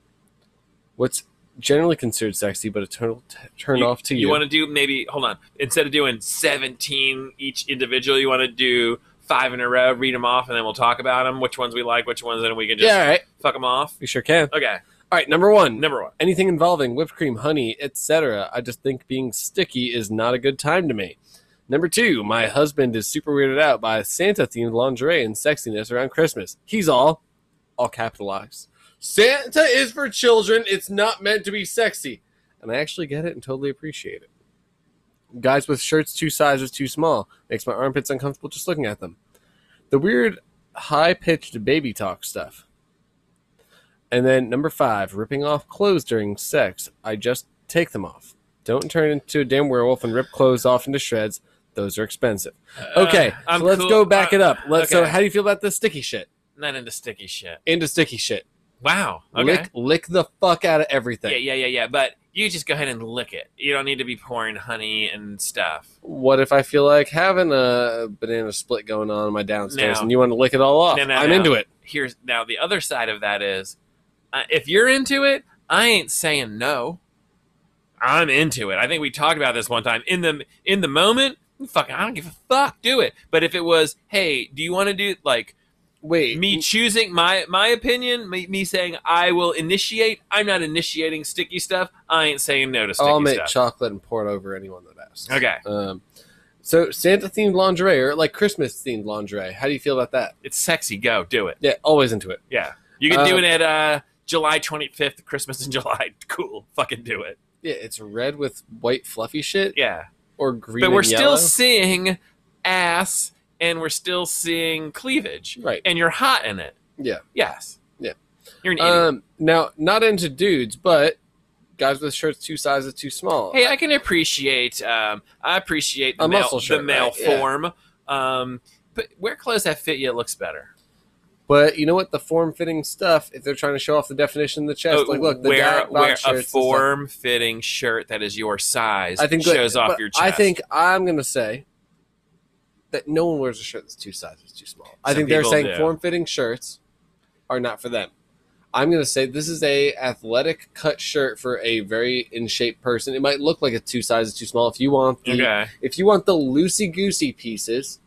Speaker 3: What's generally considered sexy, but a turn, t- turn off to you.
Speaker 2: You want to do maybe hold on. Instead of doing 17 each individual, you want to do five in a row, read them off and then we'll talk about them, which ones we like, which ones and we can just
Speaker 3: yeah, all right.
Speaker 2: fuck them off.
Speaker 3: You sure can.
Speaker 2: Okay.
Speaker 3: All right, number one.
Speaker 2: Number one.
Speaker 3: anything involving whipped cream, honey, etc. I just think being sticky is not a good time to me. Number two, my husband is super weirded out by Santa themed lingerie and sexiness around Christmas. He's all, all capitalized. Santa is for children. It's not meant to be sexy. And I actually get it and totally appreciate it. Guys with shirts two sizes too small makes my armpits uncomfortable just looking at them. The weird, high pitched baby talk stuff. And then number five, ripping off clothes during sex. I just take them off. Don't turn into a damn werewolf and rip clothes off into shreds. Those are expensive. Okay,
Speaker 2: Uh, I'm
Speaker 3: so let's
Speaker 2: cool-
Speaker 3: go back
Speaker 2: uh,
Speaker 3: it up. Let's, So,
Speaker 2: okay.
Speaker 3: how do you feel about this sticky shit?
Speaker 2: Not into sticky shit.
Speaker 3: Into sticky shit.
Speaker 2: Wow. Okay.
Speaker 3: Lick, lick the fuck out of everything.
Speaker 2: yeah, yeah, yeah, yeah. But you just go ahead and lick it. You don't need to be pouring honey and stuff.
Speaker 3: What if I feel like having a banana split going on in my downstairs
Speaker 2: No.
Speaker 3: and you want to lick it all off?
Speaker 2: No, no,
Speaker 3: I'm
Speaker 2: no.
Speaker 3: into it.
Speaker 2: here's now the other side of that is uh, if you're into it i ain't saying no i'm into it i think we talked about this one time in the in the moment fuck i don't give a fuck do it but if it was hey do you want to do like
Speaker 3: Wait,
Speaker 2: me choosing my my opinion me, me saying i will initiate i'm not initiating sticky stuff i ain't saying no to sticky
Speaker 3: I'll make
Speaker 2: stuff
Speaker 3: chocolate and pour it over anyone that asks.
Speaker 2: okay
Speaker 3: Um, so Santa themed lingerie or like Christmas themed lingerie? How do you feel about that?
Speaker 2: it's sexy go do it
Speaker 3: Yeah, always into it.
Speaker 2: yeah you can do
Speaker 3: Uh,
Speaker 2: it at uh july 25th christmas in july cool fucking do it
Speaker 3: Yeah, it's red with white fluffy shit
Speaker 2: yeah
Speaker 3: or green.
Speaker 2: but
Speaker 3: and
Speaker 2: we're still
Speaker 3: yellow.
Speaker 2: seeing ass and we're still seeing cleavage
Speaker 3: right.
Speaker 2: and you're hot in it
Speaker 3: Yeah.
Speaker 2: yes
Speaker 3: Yeah.
Speaker 2: you're an idiot
Speaker 3: Um, now not into dudes, but guys with shirts two sizes too small.
Speaker 2: hey i can appreciate um i appreciate the
Speaker 3: A
Speaker 2: male,
Speaker 3: muscle shirt,
Speaker 2: the male
Speaker 3: right? Yeah.
Speaker 2: form um but wear clothes that fit you it looks better
Speaker 3: But you know what? The form fitting stuff, if they're trying to show off the definition of the chest,
Speaker 2: Oh,
Speaker 3: like look, the
Speaker 2: wear,
Speaker 3: dad bod
Speaker 2: wear
Speaker 3: shirts
Speaker 2: a
Speaker 3: and stuff.
Speaker 2: form fitting shirt that is your size
Speaker 3: I think that-
Speaker 2: shows off
Speaker 3: but
Speaker 2: your chest
Speaker 3: I think I'm gonna say that no one wears a shirt that's two sizes too small. I
Speaker 2: Some
Speaker 3: think they're
Speaker 2: people
Speaker 3: saying
Speaker 2: do.
Speaker 3: form fitting shirts are not for them. I'm gonna say this is a athletic cut shirt for a very in shape person. It might look like a two sizes too small. If you want the
Speaker 2: okay
Speaker 3: if you want the loosey goosey pieces,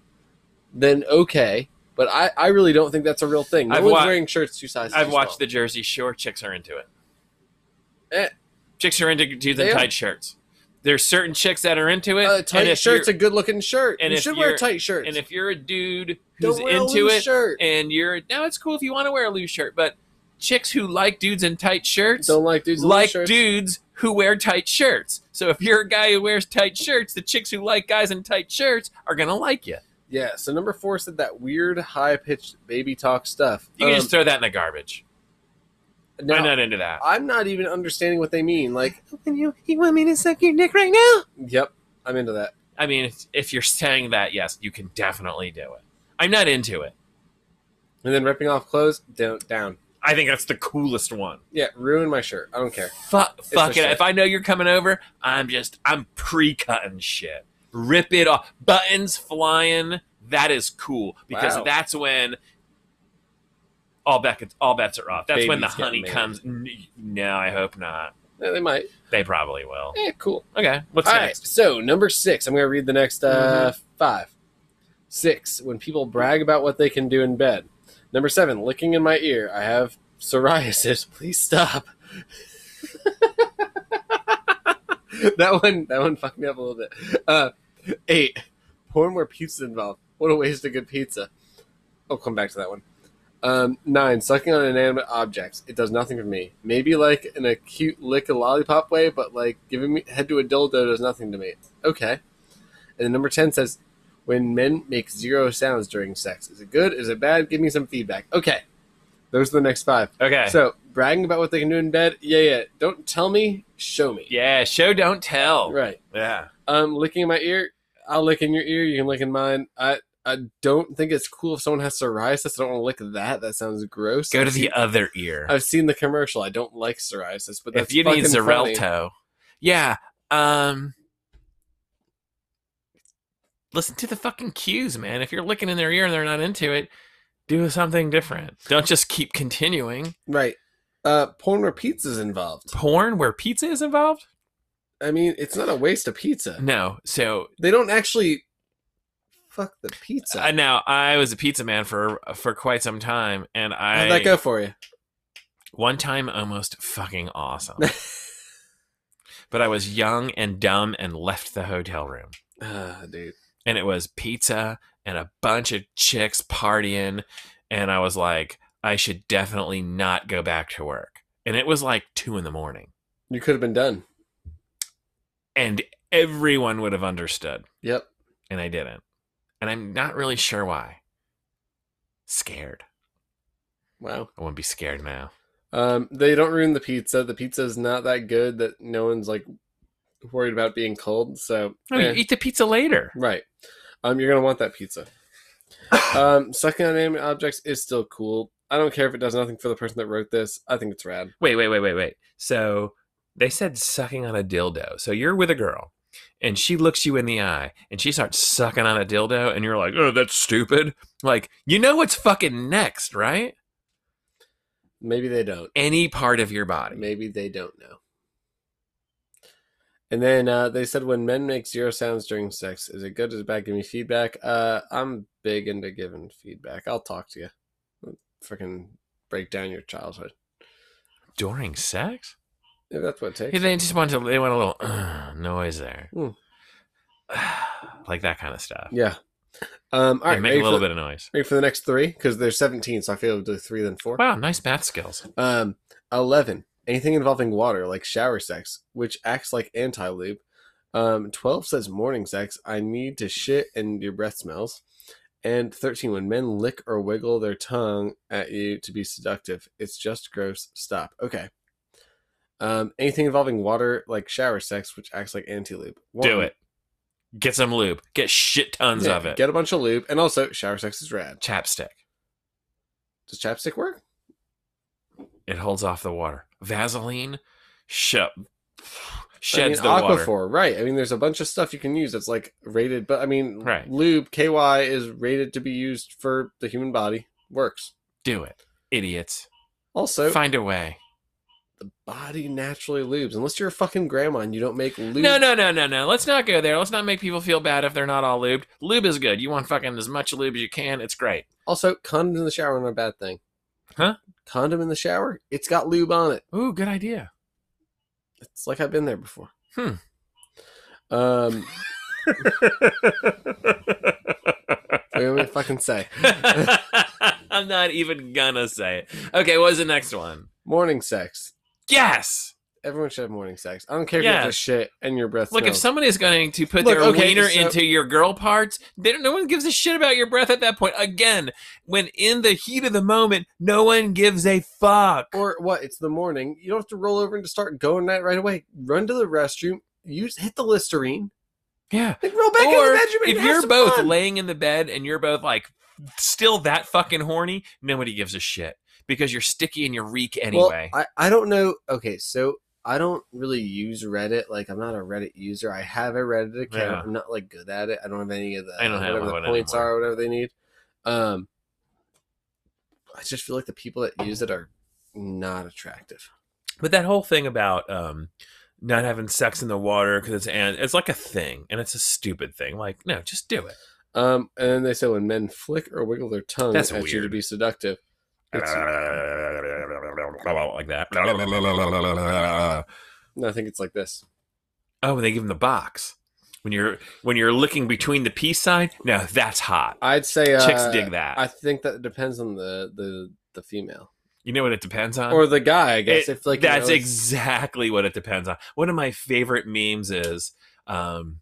Speaker 3: then okay. But I, I really don't think that's a real thing. No
Speaker 2: I've
Speaker 3: one's
Speaker 2: wa-
Speaker 3: wearing shirts two sizes.
Speaker 2: i've
Speaker 3: too
Speaker 2: watched
Speaker 3: small.
Speaker 2: the jersey shore chicks are into it
Speaker 3: Eh.
Speaker 2: chicks are into dudes
Speaker 3: They
Speaker 2: in
Speaker 3: are.
Speaker 2: tight shirts there's certain chicks that are into it
Speaker 3: Uh,
Speaker 2: and
Speaker 3: tight
Speaker 2: if
Speaker 3: shirt's
Speaker 2: you're-
Speaker 3: a good looking shirt.
Speaker 2: and
Speaker 3: you
Speaker 2: if
Speaker 3: should wear
Speaker 2: you're-
Speaker 3: tight shirts.
Speaker 2: And if you're a dude
Speaker 3: Don't
Speaker 2: who's
Speaker 3: wear a
Speaker 2: into
Speaker 3: loose
Speaker 2: it,
Speaker 3: shirt.
Speaker 2: and you're now it's cool if you want to wear a loose shirt, but chicks who like dudes in tight shirts
Speaker 3: don't like dudes in loose
Speaker 2: like
Speaker 3: shirts.
Speaker 2: dudes who wear tight shirts. So if you're a guy who wears tight shirts, the chicks who like guys in tight shirts are gonna like you.
Speaker 3: Yeah. So number four said that weird high pitched baby talk stuff.
Speaker 2: You can
Speaker 3: Um,
Speaker 2: just throw that in the garbage.
Speaker 3: now,
Speaker 2: I'm not into that.
Speaker 3: I'm not even understanding what they mean. Like,
Speaker 2: Can you, you want me to suck your dick right now?
Speaker 3: yep, I'm into that.
Speaker 2: I mean, if, if you're saying that, yes, you can definitely do it. I'm not into it.
Speaker 3: And then ripping off clothes, down, down.
Speaker 2: I think that's the coolest one.
Speaker 3: Yeah, ruin my shirt. I don't care.
Speaker 2: Fuck,
Speaker 3: a
Speaker 2: fuck it.
Speaker 3: shirt.
Speaker 2: If I know you're coming over, I'm just, I'm pre-cutting shit. Rip it off. Buttons flying. That is cool because
Speaker 3: Wow.
Speaker 2: that's when all back, all bets are off. That's when the
Speaker 3: Babies get
Speaker 2: honey
Speaker 3: married.
Speaker 2: comes. N- No, I hope not.
Speaker 3: Yeah, they might.
Speaker 2: They probably will.
Speaker 3: Eh, cool.
Speaker 2: Okay, what's
Speaker 3: All right.
Speaker 2: next? Mm-hmm.
Speaker 3: So number six, I'm gonna read the next uh, five, six. When people brag about what they can do in bed. Number seven, licking in my ear. I have psoriasis. Please stop. that one, that one fucked me up a little bit. Uh, eight, porn where pizza's involved. What a waste of good pizza. I'll come back to that one. Um, nine, sucking on inanimate objects. It does nothing for me. Maybe like an acute lick a lollipop way, but like giving me head to a dildo does nothing to me. Okay. And then number 10 says, when men make zero sounds during sex. Is it good? Is it bad? Give me some feedback. Okay. Those are the next five.
Speaker 2: Okay.
Speaker 3: So, bragging about what they can do in bed. Yeah, yeah. Don't tell me, show me.
Speaker 2: yeah, show don't tell.
Speaker 3: Right.
Speaker 2: Yeah.
Speaker 3: Um, licking my ear. I'll lick in your ear. You can lick in mine. I I don't think it's cool if someone has psoriasis. I don't want to lick that. That sounds gross.
Speaker 2: Go to the other ear.
Speaker 3: I've seen the commercial. I don't like psoriasis, but that's
Speaker 2: if you need
Speaker 3: fucking funny.
Speaker 2: Xarelto, yeah. Um, listen to the fucking cues, man. If you're looking in their ear and they're not into it, do something different. Don't just keep continuing.
Speaker 3: right? Uh, porn where pizza's involved.
Speaker 2: Porn where pizza is involved?
Speaker 3: I mean, it's not a waste of pizza.
Speaker 2: No. So
Speaker 3: They don't actually fuck the pizza.
Speaker 2: uh, now I was a pizza man for for quite some time, and I
Speaker 3: How'd that go for you?
Speaker 2: one time almost fucking awesome. but I was young and dumb and left the hotel room.
Speaker 3: Ah, dude.
Speaker 2: and it was pizza and a bunch of chicks partying and i was like i should definitely not go back to work and it was like two in the morning
Speaker 3: You could have been done.
Speaker 2: and everyone would have understood
Speaker 3: Yep.
Speaker 2: and i didn't and i'm not really sure why scared
Speaker 3: Wow.
Speaker 2: i wouldn't be scared now
Speaker 3: Um, they don't ruin the pizza. The pizza's not that good that no one's like worried about being cold. So
Speaker 2: no Oh, you
Speaker 3: eh,
Speaker 2: eat the pizza later
Speaker 3: right, um, you're gonna want that pizza. um, sucking on inanimate objects is still cool. I don't care if it does nothing for the person that wrote this. I think it's rad.
Speaker 2: Wait, wait, wait, wait, wait. So they said sucking on a dildo. So you're with a girl and she looks you in the eye and she starts sucking on a dildo and you're like, oh, that's stupid. Like, you know what's fucking next, right?
Speaker 3: Maybe they don't.
Speaker 2: Any part of your body.
Speaker 3: Maybe they don't know. And then uh, they said when men make zero sounds during sex, is it good? Is it bad? Give me feedback. Uh, I'm big into giving feedback. I'll talk to you. Freaking break down your childhood
Speaker 2: During sex?
Speaker 3: if that's what it takes.
Speaker 2: Yeah, They just want to, they want a little uh, noise there.
Speaker 3: Hmm.
Speaker 2: like that kind of stuff.
Speaker 3: Yeah. Um, all
Speaker 2: They
Speaker 3: right.
Speaker 2: make
Speaker 3: ready
Speaker 2: a little
Speaker 3: for,
Speaker 2: bit of noise.
Speaker 3: Ready for the next three because there's 17, so I feel we'll do three then four.
Speaker 2: Wow, nice math skills.
Speaker 3: Um, 11. Anything involving water, like shower sex, which acts like anti lube. Um, 12 says morning sex. I need to shit and your breath smells. And 13. When men lick or wiggle their tongue at you to be seductive, it's just gross. Stop. Okay. Um, anything involving water, like shower sex, which acts like anti lube.
Speaker 2: Do it. Get some lube. Get shit tons of it.
Speaker 3: Get a bunch of lube. And also, shower sex is rad.
Speaker 2: Chapstick.
Speaker 3: Does chapstick work?
Speaker 2: It holds off the water. Vaseline shut, sheds
Speaker 3: I mean,
Speaker 2: the
Speaker 3: Aquaphor,
Speaker 2: water.
Speaker 3: right? I mean, there's a bunch of stuff you can use that's like rated, but I mean,
Speaker 2: Right.
Speaker 3: lube KY is rated to be used for the human body. Works.
Speaker 2: Do it, idiots.
Speaker 3: Also,
Speaker 2: Find a way.
Speaker 3: the body naturally lubes. Unless you're a fucking grandma and you don't make lube.
Speaker 2: No, no, no, no, no. Let's not go there. Let's not make people feel bad if they're not all lubed. Lube is good. You want fucking as much lube as you can. It's great.
Speaker 3: Also, condom in the shower not a bad thing.
Speaker 2: Huh?
Speaker 3: Condom in the shower? It's got lube on it.
Speaker 2: Ooh, good idea.
Speaker 3: It's like I've been there before.
Speaker 2: Hmm.
Speaker 3: Um, what do you want me to fucking say?
Speaker 2: I'm not even gonna say it. Okay, what's the next one?
Speaker 3: Morning sex.
Speaker 2: Yes.
Speaker 3: Everyone should have morning sex. I don't care if you have
Speaker 2: Yes.
Speaker 3: to shit and your breath.
Speaker 2: Look, if
Speaker 3: smells.
Speaker 2: somebody is going to put
Speaker 3: Look,
Speaker 2: their
Speaker 3: okay,
Speaker 2: wiener
Speaker 3: so-
Speaker 2: into your girl parts, they don't, no one gives a shit about your breath at that point. Again, when in the heat of the moment, no one gives a fuck.
Speaker 3: or what? It's the morning. You don't have to roll over and just start going at it right away. Run to the restroom. Use hit the Listerine.
Speaker 2: Yeah.
Speaker 3: Then roll back in
Speaker 2: or
Speaker 3: the bedroom. and
Speaker 2: if
Speaker 3: have
Speaker 2: you're
Speaker 3: some
Speaker 2: both
Speaker 3: fun.
Speaker 2: laying in the bed and you're both like still that fucking horny, nobody gives a shit because you're sticky and you reek anyway.
Speaker 3: well, I I don't know. Okay, so I don't really use Reddit. Like I'm not a Reddit user. I have a Reddit account.
Speaker 2: Yeah.
Speaker 3: I'm not like good at it. I don't have any of the uh,
Speaker 2: I don't have
Speaker 3: whatever the
Speaker 2: one
Speaker 3: points
Speaker 2: anymore.
Speaker 3: are, whatever they need. Um, I just feel like the people that use it are not attractive.
Speaker 2: but that whole thing about um, not having sex in the water because it's and it's like a thing and it's a stupid thing. Like, no, just do it.
Speaker 3: Um, and then they say when men flick or wiggle their tongue
Speaker 2: That's
Speaker 3: at you to
Speaker 2: weird. Uh,
Speaker 3: be seductive. It's,
Speaker 2: like that.
Speaker 3: I think it's like this.
Speaker 2: Oh, and they give him the box when you're when you're looking between the peace sign. No, that's hot.
Speaker 3: I'd say uh,
Speaker 2: Chicks dig that.
Speaker 3: I think that depends on the the the female
Speaker 2: you know what it depends on.
Speaker 3: or the guy. I guess
Speaker 2: Um, It-
Speaker 3: if like you
Speaker 2: that's
Speaker 3: know, it's-
Speaker 2: exactly what it depends on. One of my favorite memes is, um,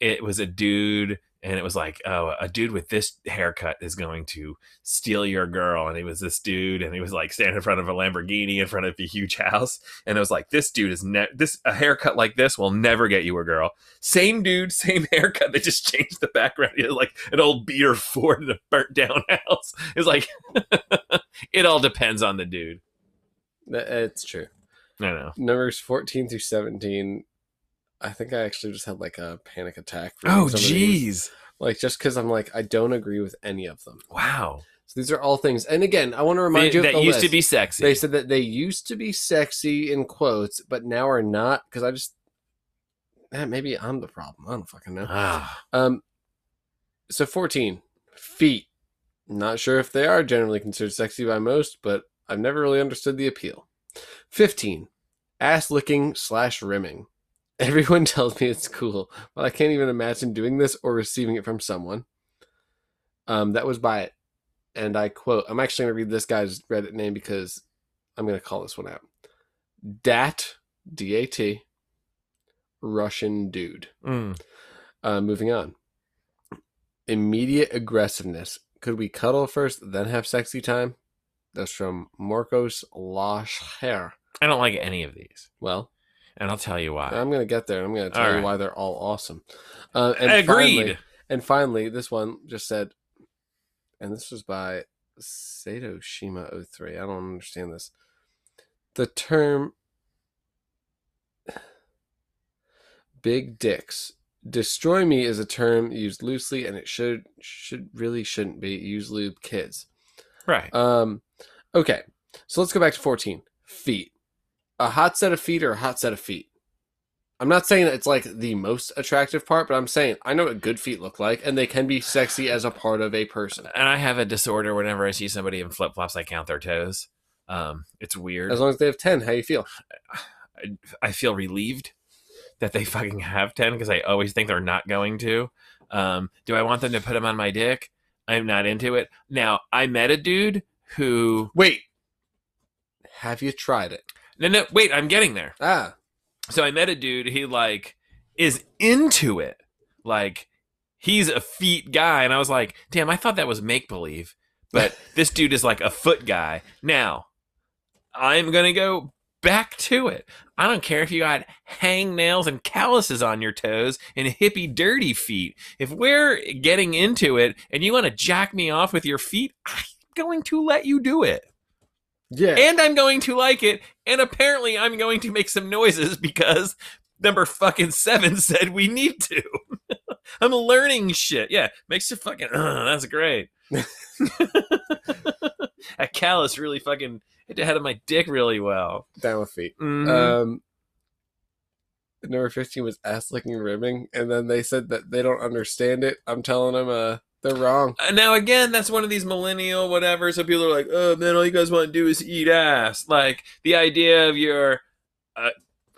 Speaker 2: it was a dude, and it was like, oh, a dude with this haircut is going to steal your girl, and he was this dude, and he was like standing in front of a Lamborghini in front of a huge house, and it was like, this dude is ne- this a haircut like this will never get you a girl. Same dude, same haircut. They just changed the background. He had like an old beater Ford in a burnt down house. It's like, it all depends on the dude.
Speaker 3: that- it's true.
Speaker 2: I know.
Speaker 3: Numbers fourteen through seventeen. I think I actually just had like a panic attack. reading
Speaker 2: Oh,
Speaker 3: some of these.
Speaker 2: jeez.
Speaker 3: Like just because I'm like I don't agree with any of them.
Speaker 2: Wow.
Speaker 3: So these are all things. And again, I want to remind
Speaker 2: They-
Speaker 3: you of
Speaker 2: that
Speaker 3: the
Speaker 2: used to
Speaker 3: list.
Speaker 2: be sexy.
Speaker 3: They said that they used to be sexy in quotes, but now are not. Because I just eh, maybe I'm the problem. I don't fucking know.
Speaker 2: Ah,
Speaker 3: Um, so fourteen feet. Not sure if they are generally considered sexy by most, but I've never really understood the appeal. Fifteen, ass licking slash rimming. Everyone tells me it's cool, but I can't even imagine doing this or receiving it from someone. Um, that was by it, and I quote: "I'm actually going to read this guy's Reddit name because I'm going to call this one out." Dat D A T Russian dude.
Speaker 2: mm.
Speaker 3: Uh, moving on. Immediate aggressiveness. Could we cuddle first, then have sexy time? That's from Marcos Lasher.
Speaker 2: I don't like any of these,
Speaker 3: Well,
Speaker 2: and I'll tell you why.
Speaker 3: I'm going to get there. and I'm going to tell
Speaker 2: All
Speaker 3: you
Speaker 2: right.
Speaker 3: why they're all awesome. Uh, and
Speaker 2: Agreed.
Speaker 3: Finally, and finally, this one just said, and this was by Sato Shima 03. I don't understand this. The term big dicks. Destroy me is a term used loosely and it should should really shouldn't be used lube kids.
Speaker 2: Right.
Speaker 3: Um okay. So let's go back to 14. Feet. A hot set of feet or a hot set of feet. I'm not saying that it's like the most attractive part, but I'm saying I know what good feet look like and they can be sexy as a part of a person.
Speaker 2: and I have a disorder whenever I see somebody in flip flops, I count their toes. Um, it's weird.
Speaker 3: As long as they have 10, how you feel?
Speaker 2: I feel relieved that they fucking have 10 because I always think they're not going to. Um, do I want them to put them on my dick? I'm not into it. Now, I met a dude who.
Speaker 3: Wait. Have you tried it?
Speaker 2: No, no, wait, I'm getting there.
Speaker 3: Ah,
Speaker 2: So I met a dude, he like is into it. Like, he's a feet guy. And I was like, damn, I thought that was make believe. But this dude is like a foot guy. Now, I'm going to go back to it. I don't care if you got hang nails and calluses on your toes and hippie dirty feet. If we're getting into it and you want to jack me off with your feet, I'm going to let you do it.
Speaker 3: yeah.
Speaker 2: And I'm going to like it. And apparently, I'm going to make some noises because number fucking seven said we need to. I'm learning shit. Yeah, makes you fucking. Uh, that's great. a callus really fucking hit the head of my dick really well.
Speaker 3: down with feet.
Speaker 2: Mhm.
Speaker 3: Um, number fifteen was ass licking rimming, and then they said that they don't understand it. I'm telling them, uh, they're wrong.
Speaker 2: Uh, now again, that's one of these millennial whatever. So people are like, "Oh man, all you guys want to do is eat ass." Like the idea of your, uh,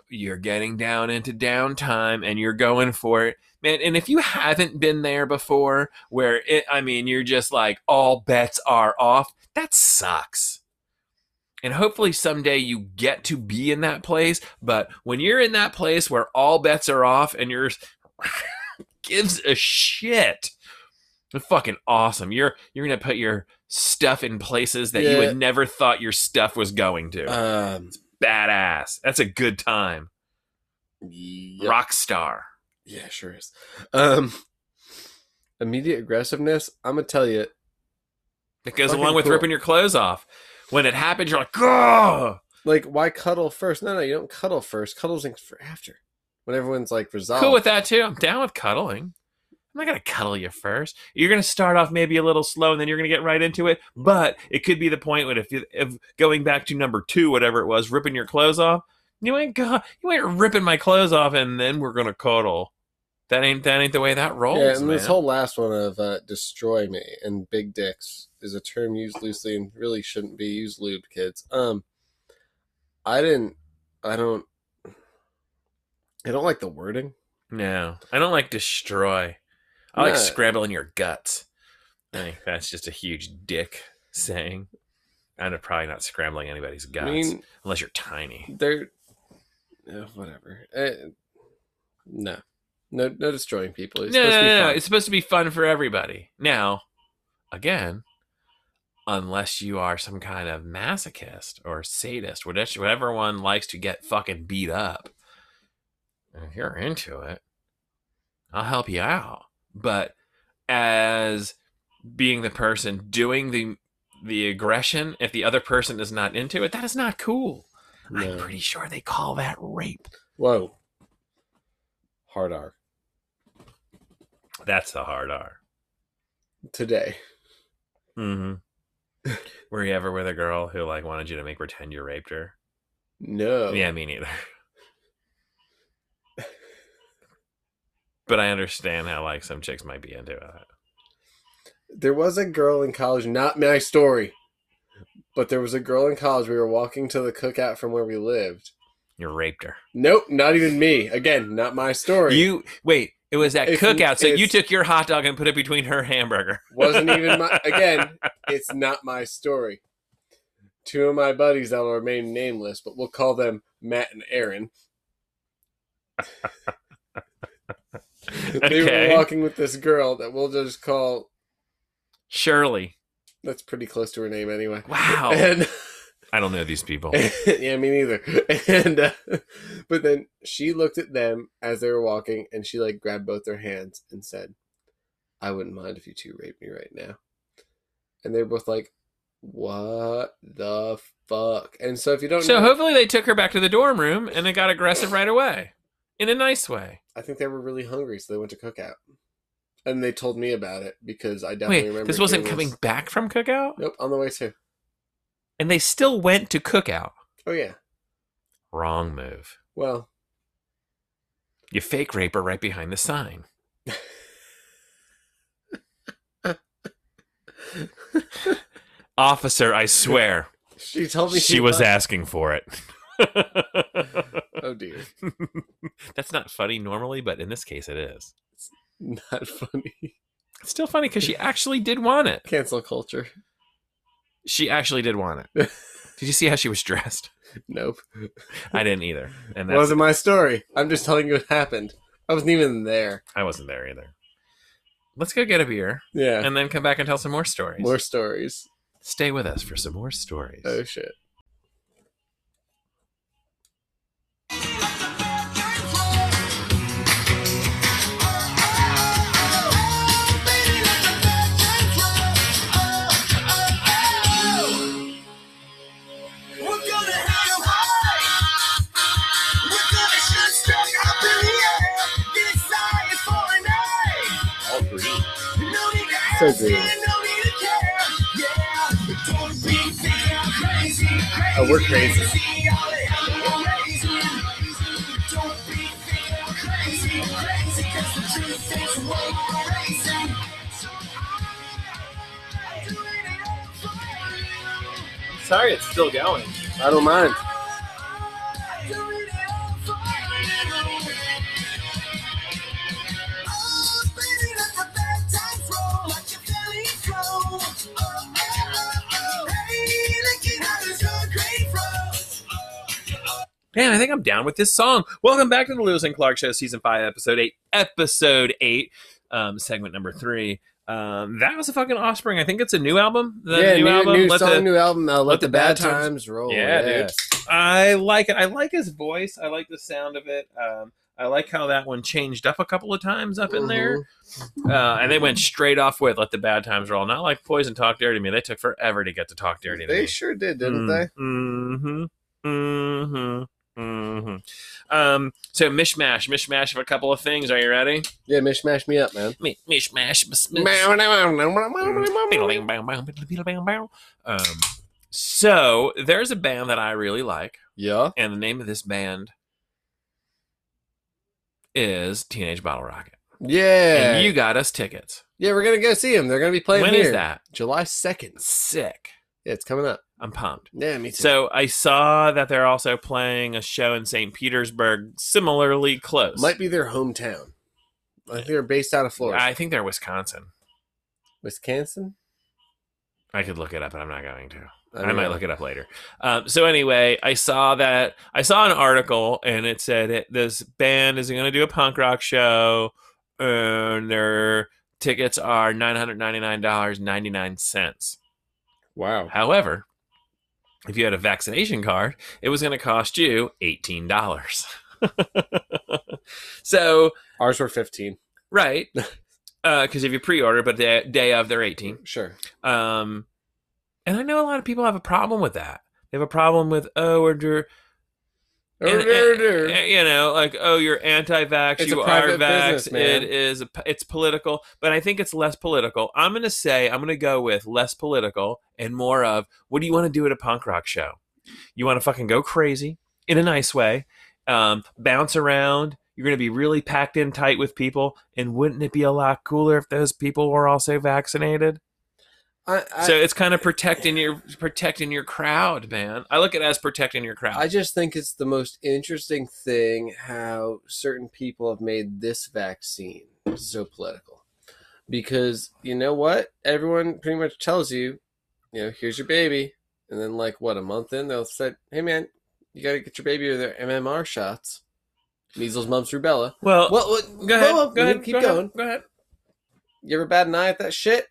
Speaker 2: you're getting down into downtime and you're going for it, man. And if you haven't been there before, where it, I mean, you're just like all bets are off. That sucks. And hopefully someday you get to be in that place. But when you're in that place where all bets are off and you're gives a shit. It's fucking awesome. You're you're gonna put your stuff in places that you
Speaker 3: Yeah.
Speaker 2: would never thought your stuff was going to.
Speaker 3: Um,
Speaker 2: Badass. That's a good time.
Speaker 3: yeah,
Speaker 2: Rock star.
Speaker 3: yeah, sure is. Um, immediate aggressiveness. I'm gonna tell you,
Speaker 2: That goes
Speaker 3: Fucking
Speaker 2: along with
Speaker 3: cool.
Speaker 2: ripping your clothes off. When it happens, you're like, oh,
Speaker 3: like, why cuddle first? No, no, you don't cuddle first. Cuddles things for after. When everyone's like resolved.
Speaker 2: cool with that too. I'm down with cuddling. I'm not gonna cuddle you first. You're gonna start off maybe a little slow, and then you're gonna get right into it. But it could be the point when if, you, if going back to number two, whatever it was, ripping your clothes off. You ain't go, you ain't ripping my clothes off, and then we're gonna cuddle. That ain't that ain't the way that rolls.
Speaker 3: Yeah, and this
Speaker 2: man.
Speaker 3: whole last one of uh, "destroy me" and "big dicks" is a term used loosely and really shouldn't be used, lube kids. Um, I didn't, I don't, I don't like the wording.
Speaker 2: no, I don't like destroy. I like
Speaker 3: No.
Speaker 2: scrabble in your guts. I think that's just a huge dick saying. I'm probably not scrambling anybody's guts
Speaker 3: I mean,
Speaker 2: unless you're tiny.
Speaker 3: they're uh, whatever. Uh, no, no, no destroying people. It's
Speaker 2: no,
Speaker 3: supposed
Speaker 2: no,
Speaker 3: to be
Speaker 2: no, no.
Speaker 3: fun.
Speaker 2: It's supposed to be fun for everybody. Now, again, unless you are some kind of masochist or sadist, whatever, whatever one likes to get fucking beat up, and if you're into it, I'll help you out. But as being the person doing the the aggression, if the other person is not into it, that is not cool. I'm
Speaker 3: No.
Speaker 2: pretty sure they call that rape.
Speaker 3: Whoa, hard R
Speaker 2: That's a hard R.
Speaker 3: today.
Speaker 2: Mm-hmm. Were you ever with a girl who like wanted you to make pretend you raped her?
Speaker 3: No,
Speaker 2: Yeah, me neither. but I understand how like some chicks might be into uh, that.
Speaker 3: there was a girl in college, not my story, but there was a girl in college. We were walking to the cookout from where we lived.
Speaker 2: You raped her.
Speaker 3: Nope, not even me. Again, not my story.
Speaker 2: You wait. It was that
Speaker 3: If-
Speaker 2: cookout. So you
Speaker 3: it's-
Speaker 2: took your hot dog and put it between her hamburger.
Speaker 3: wasn't even my. Again, it's not my story. Two of my buddies that will remain nameless, but we'll call them Matt and Aaron. They
Speaker 2: Okay.
Speaker 3: were walking with this girl that we'll just call.
Speaker 2: Shirley.
Speaker 3: That's pretty close to her name anyway.
Speaker 2: Wow.
Speaker 3: And
Speaker 2: I don't know these people.
Speaker 3: yeah, me neither. And uh, but then she looked at them as they were walking, and she like grabbed both their hands and said, "I wouldn't mind if you two raped me right now." And they were both like, What the fuck? And so if you don't
Speaker 2: So
Speaker 3: know,
Speaker 2: hopefully they took her back to the dorm room and it got aggressive right away, in a nice way.
Speaker 3: I think they were really hungry, so they went to cookout, and they told me about it because I definitely
Speaker 2: Wait,
Speaker 3: remember
Speaker 2: this wasn't
Speaker 3: doing
Speaker 2: coming back from cookout,
Speaker 3: Nope, on the way too.
Speaker 2: and they still went to cookout.
Speaker 3: Oh yeah.
Speaker 2: Wrong move.
Speaker 3: Well,
Speaker 2: You fake rape her right behind the sign. Officer, I swear,
Speaker 3: she told me
Speaker 2: she was
Speaker 3: loved-
Speaker 2: asking for it.
Speaker 3: Oh dear,
Speaker 2: That's not funny normally, but in this case it is.
Speaker 3: not funny.
Speaker 2: It's still funny because she actually did want it.
Speaker 3: Cancel culture.
Speaker 2: She actually did want it. Did you see how she was dressed?
Speaker 3: Nope.
Speaker 2: I didn't either. And that's,
Speaker 3: wasn't my story. I'm just telling you what happened. I wasn't even there.
Speaker 2: I wasn't there either. Let's go get a beer
Speaker 3: Yeah.
Speaker 2: and then come back and tell some more stories.
Speaker 3: More stories.
Speaker 2: Stay with us for some more stories.
Speaker 3: Oh shit.
Speaker 1: All green.
Speaker 3: So green.
Speaker 4: Oh,
Speaker 3: we're crazy.
Speaker 1: Sorry, it's still going.
Speaker 3: I don't mind.
Speaker 2: Man, I think I'm down with this song. Welcome back to the Lewis and Clark Show, Season 5, Episode 8. Episode 8, um, segment number 3. Um, that was a fucking offspring. I think it's a new album. The
Speaker 3: yeah,
Speaker 2: new,
Speaker 3: new,
Speaker 2: album.
Speaker 3: new
Speaker 2: Let
Speaker 3: song,
Speaker 2: the- Oh,
Speaker 3: new album. Uh, let, the, bad, times, roll.
Speaker 2: Yeah, dude. I like it. I like his voice. I like the sound of it. Um, I like how that one changed up a couple of times up
Speaker 3: Mm-hmm.
Speaker 2: in there. Uh, and they went straight off with Let the Bad Times Roll. Not like Poison Talk Dirty to Me. They took forever to get to Talk Dirty to Me.
Speaker 3: They sure did,
Speaker 2: Hmm.
Speaker 3: didn't they?
Speaker 2: Mm, Mm-hmm. Mm-hmm. Mm-hmm. Um, so mishmash, mishmash of a couple of things. Are you ready?
Speaker 3: Yeah, mishmash me up, man.
Speaker 2: Mi- Mishmash. mis- mis- Hmm.
Speaker 3: Wait,
Speaker 2: Um, so there's a band that I really like,
Speaker 3: yeah.
Speaker 2: and the name of this band is Teenage Bottle Rocket.
Speaker 3: Yeah.
Speaker 2: And you got us tickets.
Speaker 3: yeah, we're gonna go see them. They're gonna be playing
Speaker 2: When
Speaker 3: here.
Speaker 2: is that?
Speaker 3: July second.
Speaker 2: Sick.
Speaker 3: Yeah, it's coming up.
Speaker 2: I'm pumped.
Speaker 3: Yeah, me too.
Speaker 2: So I saw that they're also playing a show in St. Petersburg, similarly close.
Speaker 3: might be their hometown. I think they're based out of Florida,
Speaker 2: I think they're Wisconsin.
Speaker 3: Wisconsin.
Speaker 2: I could look it up, but I'm not going to. I,
Speaker 3: don't
Speaker 2: might
Speaker 3: know.
Speaker 2: look it up later. Um, so anyway, I saw that I saw an article, and it said it, this band is going to do a punk rock show, and their tickets are nine hundred ninety nine dollars ninety nine cents.
Speaker 3: Wow.
Speaker 2: However, if you had a vaccination card, it was going to cost you eighteen dollars. so
Speaker 3: Ours were fifteen.
Speaker 2: right, because if you pre order, but the day of they're eighteen.
Speaker 3: Sure.
Speaker 2: Um, and I know a lot of people have a problem with that. They have a problem with oh, we're dr- and- and- and, you know, like oh, you're anti-vax,
Speaker 3: It's a
Speaker 2: you are
Speaker 3: private
Speaker 2: vax.
Speaker 3: business, man.
Speaker 2: it is, a, p- it's political, but I think it's less political. I'm gonna say I'm gonna go with less political and more of what do you want to do at a punk rock show? You want to fucking go crazy in a nice way, um, bounce around. You're gonna be really packed in tight with people, and wouldn't it be a lot cooler if those people were also vaccinated?
Speaker 3: I, I,
Speaker 2: so it's kind of protecting your protecting your crowd, man. I look at it as protecting your crowd.
Speaker 3: I just think it's the most interesting thing how certain people have made this vaccine so political. Because you know what? Everyone pretty much tells you, you know, here's your baby. And then, like, what, a month in, they'll say, hey, man, you got to get your baby with their MMR shots measles, mumps, rubella.
Speaker 2: well,
Speaker 3: Well, what,
Speaker 2: Oh, go ahead,
Speaker 3: well,
Speaker 2: go ahead,
Speaker 3: keep
Speaker 2: go
Speaker 3: going.
Speaker 2: Ahead, go ahead.
Speaker 3: You ever bat an eye at that shit?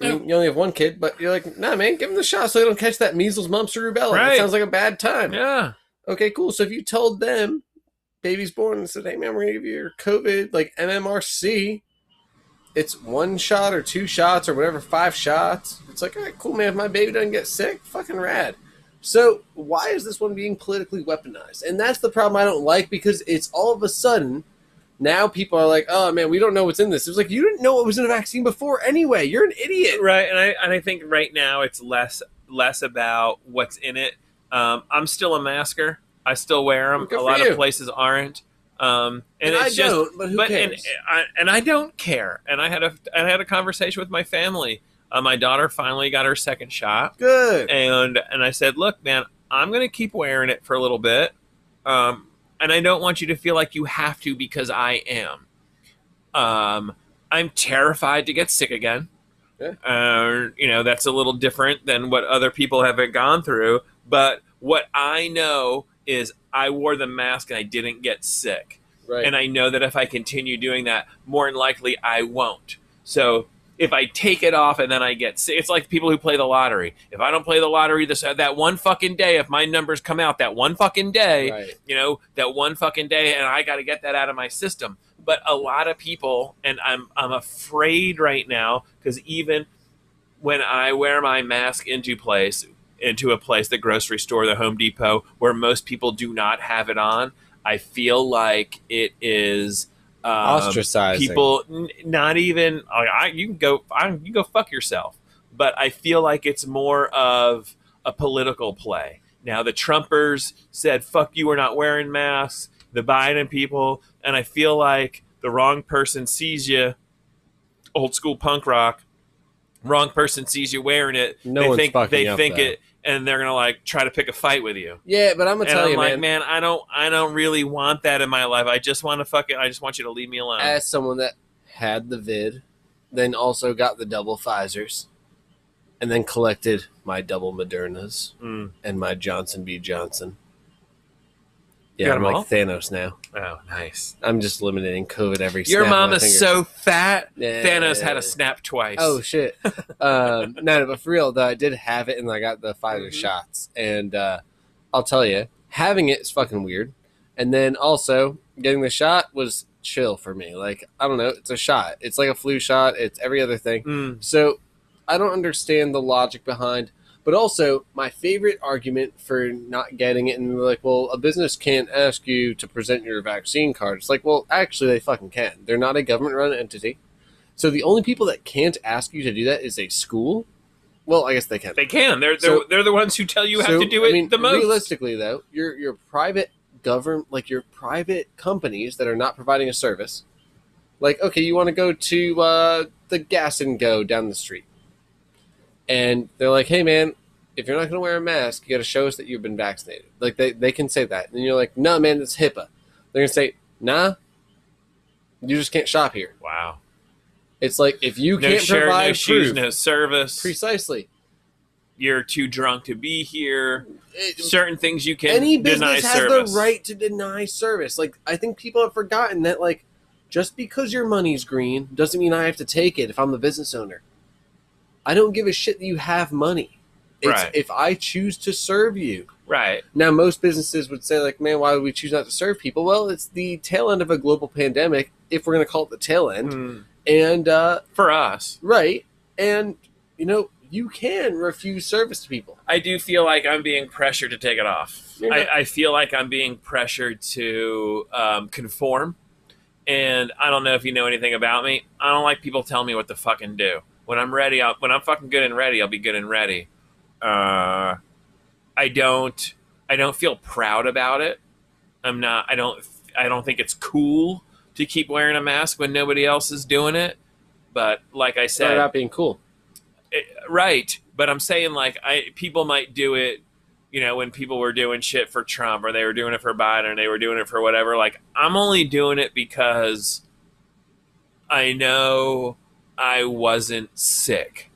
Speaker 3: I
Speaker 2: Oh.
Speaker 3: mean, You only have one kid, but you're like, nah, man, give him the shot so they don't catch that measles, mumps, or rubella. That
Speaker 2: Right.
Speaker 3: sounds like a bad time.
Speaker 2: Yeah,
Speaker 3: Okay, cool. So if you told them baby's born and said, hey, man, we're going to give you your COVID, like MMRC, it's one shot or two shots or whatever, five shots. It's like, all right, cool, man. If my baby doesn't get sick, fucking rad. So why is this one being politically weaponized? And that's the problem I don't like because it's all of a sudden now people are like, oh man, we don't know what's in this. It was like you didn't know what was in a vaccine before anyway. You're an idiot.
Speaker 2: right and i and i think right now it's less less about what's in it um, i'm still a masker i still wear them
Speaker 3: Well, good
Speaker 2: a
Speaker 3: for
Speaker 2: lot
Speaker 3: you.
Speaker 2: of places aren't um, and,
Speaker 3: And I
Speaker 2: it's just
Speaker 3: don't, but who
Speaker 2: but and,
Speaker 3: cares?
Speaker 2: I, and i don't care and i had a and i had a conversation with my family uh, my daughter finally got her second shot
Speaker 3: Good.
Speaker 2: and and i said look man i'm gonna keep wearing it for a little bit um, and i don't want you to feel like you have to because i am um, i'm terrified to get sick again
Speaker 3: Yeah.
Speaker 2: uh, you know that's a little different than what other people have gone through but what i know is i wore the mask and i didn't get sick
Speaker 3: right.
Speaker 2: and I know that if I continue doing that, more than likely I won't. So if I take it off and then I get sick, it's like people who play the lottery. If I don't play the lottery this uh, that one fucking day, if my numbers come out that one fucking day,
Speaker 3: right.
Speaker 2: you know, that one fucking day, and I got to get that out of my system. But a lot of people, and I'm I'm afraid right now because even when I wear my mask into place, into a place, the grocery store, the Home Depot, where most people do not have it on, I feel like it is um,
Speaker 3: Ostracizing.
Speaker 2: people n- not even I, I you can go I, you can go fuck yourself but i feel like it's more of a political play now the trumpers said fuck you we're not wearing masks the biden people and i feel like the wrong person sees you old school punk rock wrong person sees you wearing it
Speaker 3: No
Speaker 2: they
Speaker 3: one's
Speaker 2: think
Speaker 3: fucking
Speaker 2: they
Speaker 3: up,
Speaker 2: think
Speaker 3: though.
Speaker 2: it and they're gonna like try to pick a fight with you
Speaker 3: Yeah, but I'm gonna
Speaker 2: and
Speaker 3: tell
Speaker 2: i'm
Speaker 3: you,
Speaker 2: like
Speaker 3: man,
Speaker 2: man i don't i don't really want that in my life i just want to fucking i just want you to leave me alone
Speaker 3: As someone that had the vid, then also got the double Pfizer's, and then collected my double Modernas
Speaker 2: Mm.
Speaker 3: and my Johnson B Johnson.
Speaker 2: got
Speaker 3: Yeah,
Speaker 2: them
Speaker 3: I'm like
Speaker 2: all?
Speaker 3: Thanos now.
Speaker 2: Oh, nice.
Speaker 3: I'm just eliminating COVID every.
Speaker 2: Your
Speaker 3: snap of my
Speaker 2: mom is
Speaker 3: fingers.
Speaker 2: so fat.
Speaker 3: Yeah.
Speaker 2: Thanos had a snap twice.
Speaker 3: Oh shit! um, no, no, but for real though, I did have it, and I got the Pfizer
Speaker 2: Mhm.
Speaker 3: shots, and uh, I'll tell you, having it is fucking weird. And then also getting the shot was chill for me. Like I don't know, it's a shot. It's like a flu shot. It's every other thing.
Speaker 2: Mm.
Speaker 3: So I don't understand the logic behind. But also, my favorite argument for not getting it, and they're like, well, a business can't ask you to present your vaccine card. It's like, well, actually, they fucking can. They're not a government-run entity, so the only people that can't ask you to do that is a school. Well, I guess they can.
Speaker 2: They can. They're they're,
Speaker 3: So-
Speaker 2: they're the ones who tell you have
Speaker 3: So,
Speaker 2: to do it
Speaker 3: I mean,
Speaker 2: the most.
Speaker 3: Realistically, though, your your private govern like your private companies that are not providing a service, like okay, you want to go to uh, the gas and go down the street, and they're like, hey man, if you're not going to wear a mask, you got to show us that you've been vaccinated. Like they they can say that, and you're like, no man, it's HIPAA. They're gonna say, nah, you just can't shop here.
Speaker 2: wow.
Speaker 3: It's like if you
Speaker 2: no
Speaker 3: can't
Speaker 2: shirt,
Speaker 3: provide
Speaker 2: no shoes,
Speaker 3: proof-
Speaker 2: no service.
Speaker 3: precisely.
Speaker 2: You're too drunk to be here.
Speaker 3: It-
Speaker 2: Certain things you can
Speaker 3: any
Speaker 2: deny
Speaker 3: business has
Speaker 2: service.
Speaker 3: the right to deny service. Like I think people have forgotten that like just because your money's green doesn't mean I have to take it if I'm the business owner. I don't give a shit that you have money. It's
Speaker 2: Right.
Speaker 3: if I choose to serve you.
Speaker 2: Right.
Speaker 3: Now most businesses would say like, "Man, why would we choose not to serve people?" Well, it's the tail end of a global pandemic if we're going to call it the tail end.
Speaker 2: Mm.
Speaker 3: And uh
Speaker 2: For us,
Speaker 3: right, and you know, you can refuse service to people.
Speaker 2: I do feel like I'm being pressured to take it off.
Speaker 3: You're
Speaker 2: I,
Speaker 3: not-
Speaker 2: I feel like I'm being pressured to um, conform. And I don't know if you know anything about me. I don't like people telling me what to fucking do. When I'm ready, I'll, when I'm fucking good and ready, I'll be good and ready. Uh, I don't. I don't feel proud about it. I'm not. I don't. I don't think it's cool to keep wearing a mask when nobody else is doing it. But like I
Speaker 3: It's not
Speaker 2: said,
Speaker 3: about being cool.
Speaker 2: it, right but i'm saying like i people might do it you know when people were doing shit for trump or they were doing it for biden or they were doing it for whatever like i'm only doing it because i know i wasn't sick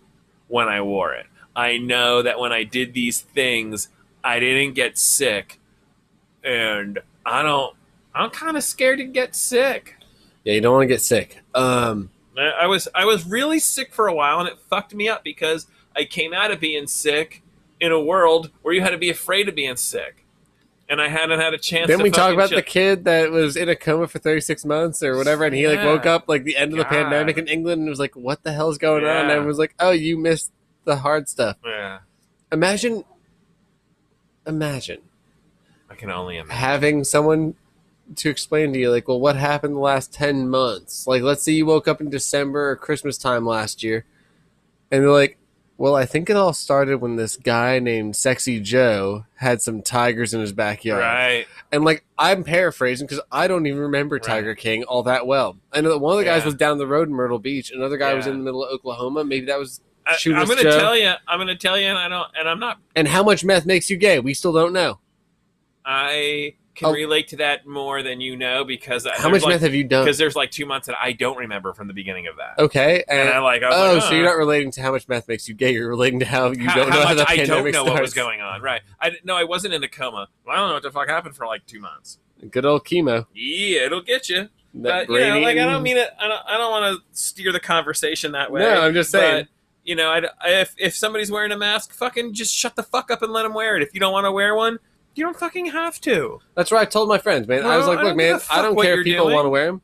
Speaker 2: when i wore it i know that when i did these things i didn't get sick and i don't i'm kind of scared to get sick
Speaker 3: Yeah, you don't want to get sick. Um
Speaker 2: I I was I was really sick for a while, and it fucked me up because I came out of being sick in a world where you had to be afraid of being sick. and I hadn't had a chance.
Speaker 3: Then
Speaker 2: to
Speaker 3: we talk
Speaker 2: fucking
Speaker 3: about
Speaker 2: chill.
Speaker 3: the kid that was in a coma for 36 months or whatever, and he like
Speaker 2: Yeah.
Speaker 3: woke up like the end of the
Speaker 2: God.
Speaker 3: pandemic in England and was like, "What the hell's going on?" And
Speaker 2: Yeah.
Speaker 3: I was like, "Oh, you missed the hard stuff."
Speaker 2: Yeah,
Speaker 3: Imagine, imagine
Speaker 2: I can only imagine.
Speaker 3: having someone to explain to you like, "Well, what happened the last 10 months?" Like, let's say you woke up in December or Christmas time last year, and they're like. Well, I think it all started when this guy named Sexy Joe had some tigers in his backyard.
Speaker 2: Right.
Speaker 3: And like I'm paraphrasing because I don't even remember
Speaker 2: Right.
Speaker 3: Tiger King all that well. I know that one of the guys
Speaker 2: Yeah.
Speaker 3: was down the road in Myrtle Beach, another guy was
Speaker 2: Yeah.
Speaker 3: in the middle of Oklahoma. Maybe that was
Speaker 2: I,
Speaker 3: Shoot
Speaker 2: I'm
Speaker 3: us,
Speaker 2: gonna
Speaker 3: Joe.
Speaker 2: tell you. I'm gonna tell you, and I don't. And I'm not.
Speaker 3: and how much meth makes you gay? We still don't know.
Speaker 2: I can
Speaker 3: Oh.
Speaker 2: relate to that more than you know because I-
Speaker 3: How
Speaker 2: there's
Speaker 3: much
Speaker 2: like,
Speaker 3: meth have you done?
Speaker 2: Because there's like two months that I don't remember from the beginning of that.
Speaker 3: Okay, and,
Speaker 2: And I like. I was
Speaker 3: oh,
Speaker 2: like,
Speaker 3: so you're
Speaker 2: "Huh."
Speaker 3: not relating to how much meth makes you gay. You're relating to how you
Speaker 2: how,
Speaker 3: don't
Speaker 2: how
Speaker 3: know how the
Speaker 2: much I
Speaker 3: pandemic
Speaker 2: don't know
Speaker 3: starts.
Speaker 2: what was going on. Right. I didn't- no, I wasn't in a coma. Well, I don't know what the fuck happened for like two months.
Speaker 3: Good old chemo.
Speaker 2: Yeah, it'll get you.
Speaker 3: That
Speaker 2: but, you know, like I
Speaker 3: brain-eating-
Speaker 2: don't mean it. I don't, I don't want to steer the conversation that way.
Speaker 3: No, I'm just saying.
Speaker 2: But, you know, I'd, if if somebody's wearing a mask, fucking just shut the fuck up and let them wear it. If you don't want to wear one, you don't fucking have to.
Speaker 3: That's what I told my friends, man. I was
Speaker 2: No,
Speaker 3: like,
Speaker 2: I don't
Speaker 3: look,
Speaker 2: give
Speaker 3: man,
Speaker 2: a
Speaker 3: I
Speaker 2: fuck
Speaker 3: don't
Speaker 2: what
Speaker 3: care
Speaker 2: you're
Speaker 3: if people
Speaker 2: doing.
Speaker 3: want to wear them.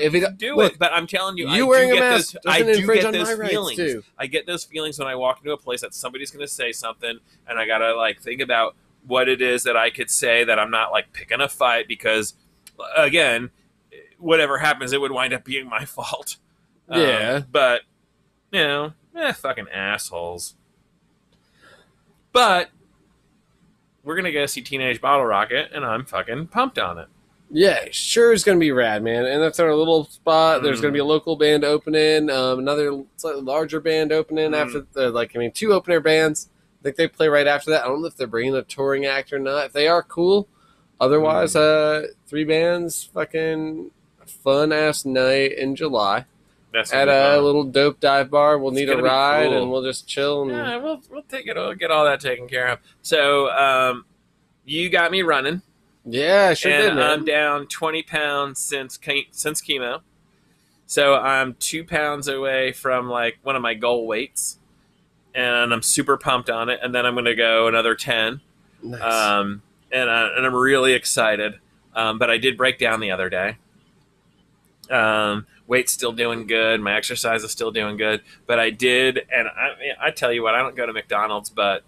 Speaker 3: If it,
Speaker 2: do
Speaker 3: look,
Speaker 2: it, but I'm telling you,
Speaker 3: you,
Speaker 2: I do
Speaker 3: wearing a
Speaker 2: get
Speaker 3: mask
Speaker 2: those, I
Speaker 3: doesn't
Speaker 2: do
Speaker 3: infringe
Speaker 2: get
Speaker 3: on
Speaker 2: those
Speaker 3: my rights
Speaker 2: feelings.
Speaker 3: too.
Speaker 2: I get those feelings when I walk into a place that somebody's going to say something, and I gotta like think about what it is that I could say that I'm not like picking a fight because, again, whatever happens, it would wind up being my fault. Um,
Speaker 3: Yeah.
Speaker 2: but you know, eh, fucking assholes. But we're gonna go see Teenage Bottle Rocket, and I'm fucking pumped on it.
Speaker 3: Yeah, sure is going to be rad, man. And that's our little spot. There's going to be a
Speaker 2: Mm.
Speaker 3: local band opening, um, another slightly larger band opening
Speaker 2: Mm.
Speaker 3: after, the, like, I mean, two opener bands. I think they play right after that. I don't know if they're bringing a touring act or not. If they are, cool. Otherwise,
Speaker 2: Mm.
Speaker 3: uh, three bands, fucking fun ass night in July
Speaker 2: That's
Speaker 3: at
Speaker 2: gonna be
Speaker 3: a
Speaker 2: fun.
Speaker 3: little dope dive bar. We'll
Speaker 2: It's
Speaker 3: need a
Speaker 2: gonna be
Speaker 3: ride
Speaker 2: cool.
Speaker 3: and we'll just chill. And
Speaker 2: Yeah, we'll we'll take it. We'll get all that taken care of. So, um, you got me running,
Speaker 3: yeah, I sure
Speaker 2: and um,
Speaker 3: did, man.
Speaker 2: I'm down twenty pounds since ke- since chemo. So I'm two pounds away from like one of my goal weights, and I'm super pumped on it. And then I'm gonna go another ten,
Speaker 3: Nice.
Speaker 2: um, and I, and I'm really excited. Um, but I did break down the other day. Um, weight's still doing good. My exercise is still doing good. But I did, and I, I tell you what, I don't go to McDonald's, but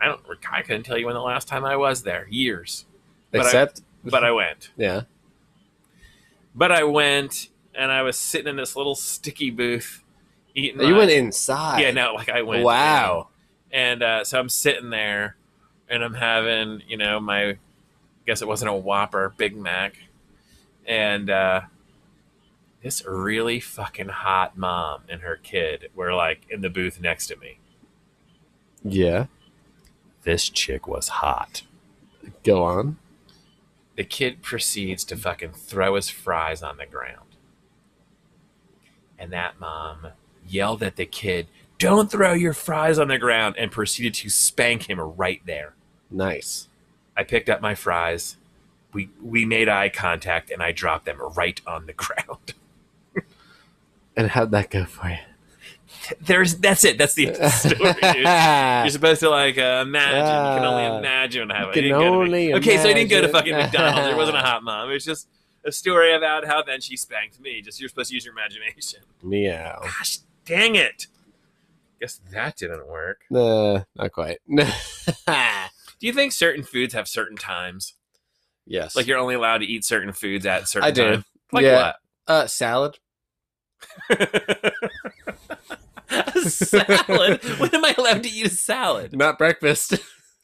Speaker 2: I don't. I couldn't tell you when the last time I was there. Years, but I-
Speaker 3: Except,
Speaker 2: but I went.
Speaker 3: yeah.
Speaker 2: But I went, and I was sitting in this little sticky booth eating.
Speaker 3: You
Speaker 2: my-
Speaker 3: went inside.
Speaker 2: Yeah, no, like I went.
Speaker 3: Wow.
Speaker 2: And uh, so I'm sitting there, and I'm having, you know, my, I guess it wasn't a Whopper, Big Mac, and uh, this really fucking hot mom and her kid were like in the booth next to me.
Speaker 3: Yeah.
Speaker 2: This chick was hot.
Speaker 3: Go on.
Speaker 2: The kid proceeds to fucking throw his fries on the ground, and that mom yelled at the kid, "Don't throw your fries on the ground!" and proceeded to spank him right there.
Speaker 3: Nice.
Speaker 2: I picked up my fries. We we made eye contact, and I dropped them right on the ground.
Speaker 3: And how'd that go for you?
Speaker 2: There's that's it. That's the end of the story. dude. You're supposed to like uh, imagine. you can
Speaker 3: Ah,
Speaker 2: only imagine how
Speaker 3: you
Speaker 2: it
Speaker 3: can
Speaker 2: didn't go to
Speaker 3: only
Speaker 2: Mc- Okay, so I didn't go to fucking
Speaker 3: imagine.
Speaker 2: McDonald's. It wasn't a hot mom. It was just a story about how then she spanked me. Just you're supposed to use your imagination.
Speaker 3: Meow.
Speaker 2: Gosh, dang it! Guess that didn't work.
Speaker 3: Nah, not quite.
Speaker 2: Do you think certain foods have certain times?
Speaker 3: yes.
Speaker 2: Like you're only allowed to eat certain foods at certain
Speaker 3: I do.
Speaker 2: time? Like
Speaker 3: Yeah.
Speaker 2: what?
Speaker 3: uh, salad.
Speaker 2: a salad? when am I allowed to eat a salad?
Speaker 3: Not breakfast.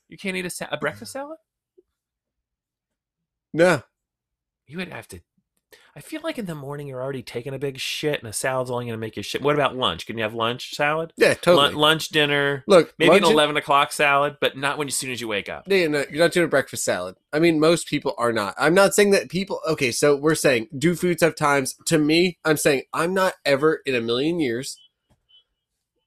Speaker 2: You can't eat a, sa- a breakfast salad?
Speaker 3: no.
Speaker 2: You would have to. I feel like in the morning you're already taking a big shit, and a salad's only going to make you shit. What about lunch? Can you have lunch salad?
Speaker 3: Yeah,
Speaker 2: Lun-
Speaker 3: totally.
Speaker 2: lunch, dinner,
Speaker 3: Look,
Speaker 2: maybe
Speaker 3: lunch
Speaker 2: an
Speaker 3: and-
Speaker 2: 11 o'clock salad, but not when as soon as you wake up.
Speaker 3: Yeah, yeah, no, you're not doing a breakfast salad. I mean, most people are not. I'm not saying that people. Okay, so we're saying do foods have times. To me, I'm saying I'm not ever in a million years.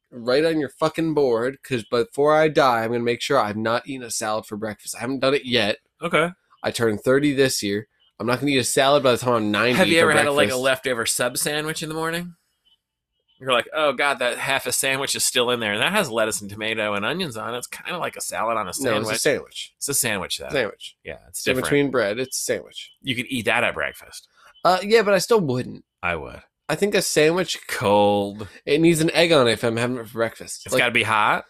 Speaker 3: Right on your fucking board, because before I die, I'm gonna make sure I've not eaten a salad for breakfast. I haven't done it yet.
Speaker 2: Okay.
Speaker 3: I turned 30 this year. I'm not gonna eat a salad by the time I'm 90.
Speaker 2: Have you
Speaker 3: for
Speaker 2: ever had a, like a
Speaker 3: breakfast.
Speaker 2: leftover sub sandwich in the morning? You're like, oh god, that half a sandwich is still in there, and that has lettuce and tomato and onions on it. It's kind of like a salad on a
Speaker 3: No,
Speaker 2: sandwich.
Speaker 3: it's a
Speaker 2: it's, a sandwich
Speaker 3: sandwich.
Speaker 2: though.
Speaker 3: Sandwich.
Speaker 2: Yeah, it's
Speaker 3: It's in
Speaker 2: different.
Speaker 3: between bread. It's a sandwich.
Speaker 2: you could eat that at breakfast.
Speaker 3: Uh, yeah, but I still wouldn't.
Speaker 2: I would.
Speaker 3: I think a sandwich
Speaker 2: Cold.
Speaker 3: it needs an egg on it if I'm having it for breakfast.
Speaker 2: It's
Speaker 3: Like,
Speaker 2: got to be hot.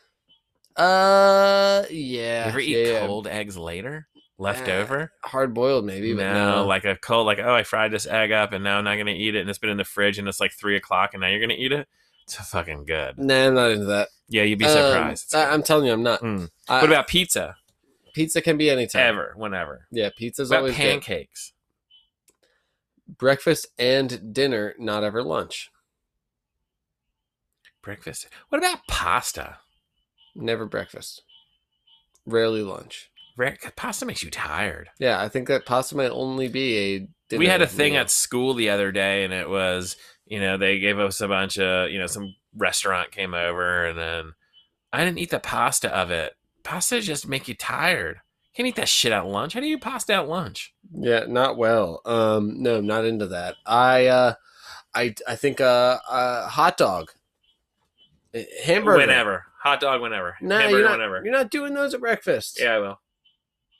Speaker 3: uh, yeah.
Speaker 2: Ever
Speaker 3: yeah,
Speaker 2: eat
Speaker 3: yeah.
Speaker 2: cold eggs later, left
Speaker 3: Uh,
Speaker 2: over?
Speaker 3: Hard boiled, maybe. But
Speaker 2: No, like a cold, like oh, I fried this egg up, and now I'm not gonna eat it, and it's been in the fridge, and it's like three o'clock, and now you're gonna eat it. It's fucking good.
Speaker 3: nah, I'm not into that.
Speaker 2: Yeah, you'd be
Speaker 3: Um,
Speaker 2: surprised. It's
Speaker 3: I,
Speaker 2: good.
Speaker 3: am telling you, I'm not.
Speaker 2: Mm.
Speaker 3: I-
Speaker 2: what about pizza?
Speaker 3: pizza? Can be anytime.
Speaker 2: Ever, whenever.
Speaker 3: Yeah, pizza's
Speaker 2: What about
Speaker 3: always good.
Speaker 2: pancakes?
Speaker 3: breakfast and dinner, not ever lunch.
Speaker 2: Breakfast. What about pasta?
Speaker 3: Never breakfast. Rarely lunch.
Speaker 2: Re- Pasta makes you tired.
Speaker 3: Yeah, I think that pasta might only be a. Dinner
Speaker 2: we had a thing
Speaker 3: meal.
Speaker 2: at school the other day and it was you know they gave us a bunch of you know some restaurant came over and then i didn't eat the pasta of it pasta just make you tired can't eat that shit at lunch how do you eat pasta at lunch
Speaker 3: Yeah, not well. Um, no, I'm not into that. I, uh, I, I think uh, uh, hot dog, Uh, hamburger.
Speaker 2: whenever hot dog whenever
Speaker 3: No,
Speaker 2: hamburger
Speaker 3: you're not.
Speaker 2: whenever
Speaker 3: You're not doing those at breakfast.
Speaker 2: yeah i will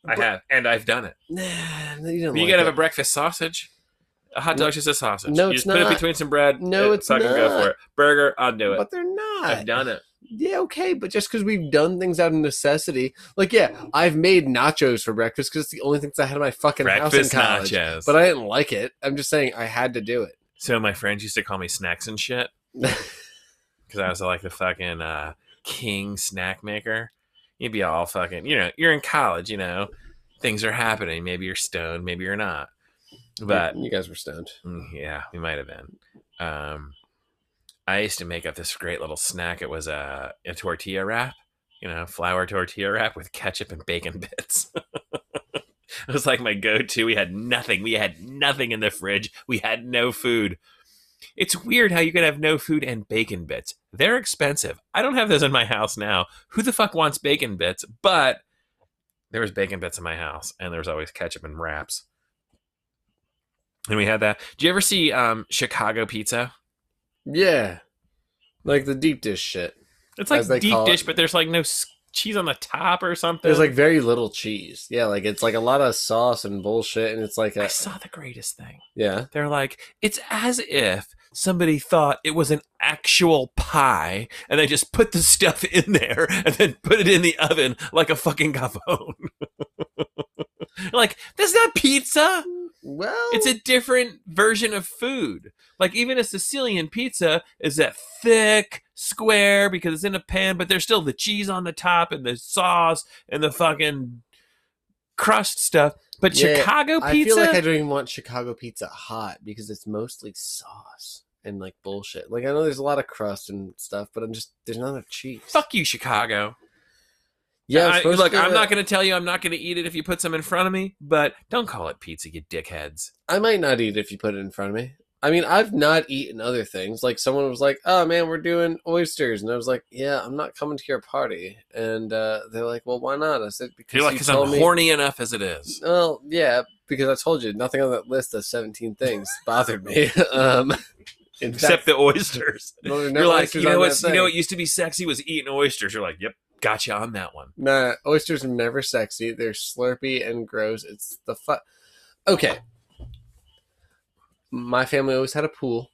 Speaker 3: But-
Speaker 2: i have and i've done it
Speaker 3: Nah, you don't.
Speaker 2: you
Speaker 3: like
Speaker 2: gotta have
Speaker 3: it.
Speaker 2: a breakfast sausage a hot
Speaker 3: No-
Speaker 2: dog's just a sausage
Speaker 3: no,
Speaker 2: you
Speaker 3: it's
Speaker 2: just put
Speaker 3: not.
Speaker 2: it between some bread
Speaker 3: No,
Speaker 2: it-
Speaker 3: it's
Speaker 2: fucking go
Speaker 3: not.
Speaker 2: for it burger i'll do it
Speaker 3: But they're not.
Speaker 2: i've done it
Speaker 3: Yeah, okay, but just because we've done things out of necessity, like yeah, I've made nachos for breakfast because it's the only things I had in my fucking house
Speaker 2: breakfast
Speaker 3: in college.
Speaker 2: nachos
Speaker 3: But I didn't like it. I'm just saying I had to do it.
Speaker 2: So my friends used to call me snacks and shit because I was like the fucking uh, king snack maker. You'd be all fucking, you know, you're in college, you know, things are happening. Maybe you're stoned, maybe you're not. But
Speaker 3: you guys were stoned.
Speaker 2: mm, yeah, we might have been. Um, I used to make up this great little snack. It was a, a tortilla wrap, you know, flour tortilla wrap with ketchup and bacon bits. it was like my go to. We had nothing. We had nothing in the fridge. We had no food. It's weird how you can have no food and bacon bits. They're expensive. I don't have those in my house now. Who the fuck wants bacon bits? But there was bacon bits in my house, and there was always ketchup and wraps. And we had that. Do you ever see um, Chicago pizza?
Speaker 3: Yeah, like the deep dish shit.
Speaker 2: It's
Speaker 3: As
Speaker 2: like
Speaker 3: they
Speaker 2: deep
Speaker 3: call it.
Speaker 2: dish, but there's like no s- cheese on the top or something.
Speaker 3: There's like very little cheese. Yeah, like it's like a lot of sauce and bullshit, and it's like
Speaker 2: I
Speaker 3: a
Speaker 2: saw the greatest thing.
Speaker 3: yeah.
Speaker 2: They're like, it's as if somebody thought it was an actual pie, and they just put the stuff in there and then put it in the oven like a fucking gavone. like that's not pizza.
Speaker 3: Well,
Speaker 2: It's a different version of food. Like even a Sicilian pizza is that thick square because it's in a pan, but there's still the cheese on the top and the sauce and the fucking crust stuff. But
Speaker 3: Yeah,
Speaker 2: Chicago
Speaker 3: I
Speaker 2: pizza,
Speaker 3: feel like I don't even want Chicago pizza hot because it's mostly sauce and like bullshit. Like I know there's a lot of crust and stuff, but I'm just there's not enough cheese.
Speaker 2: fuck you, Chicago.
Speaker 3: Yeah, uh,
Speaker 2: I,
Speaker 3: it's supposed
Speaker 2: look,
Speaker 3: to-
Speaker 2: I'm not going to tell you I'm not going to eat it if you put some in front of me, but don't call it pizza, you dickheads.
Speaker 3: I might not eat if you put it in front of me. I mean, I've not eaten other things. Like someone was like, "Oh man, we're doing oysters," and I was like, "Yeah, I'm not coming to your party." And uh, they're like, "Well, why not?" I said, "Because
Speaker 2: You're like,
Speaker 3: you
Speaker 2: because
Speaker 3: told
Speaker 2: I'm
Speaker 3: me."
Speaker 2: horny enough as it is.
Speaker 3: Well, yeah, because I told you nothing on that list of 17 things bothered me. um, in
Speaker 2: Except
Speaker 3: fact,
Speaker 2: the oysters.
Speaker 3: well, there are no
Speaker 2: You're like,
Speaker 3: oysters
Speaker 2: you know
Speaker 3: on
Speaker 2: what's,
Speaker 3: that
Speaker 2: you know
Speaker 3: thing.
Speaker 2: what used to be sexy was eating oysters. You're like, yep, gotcha on that one.
Speaker 3: Nah, oysters are never sexy. They're slurpy and gross. It's the fu Okay. My family always had a pool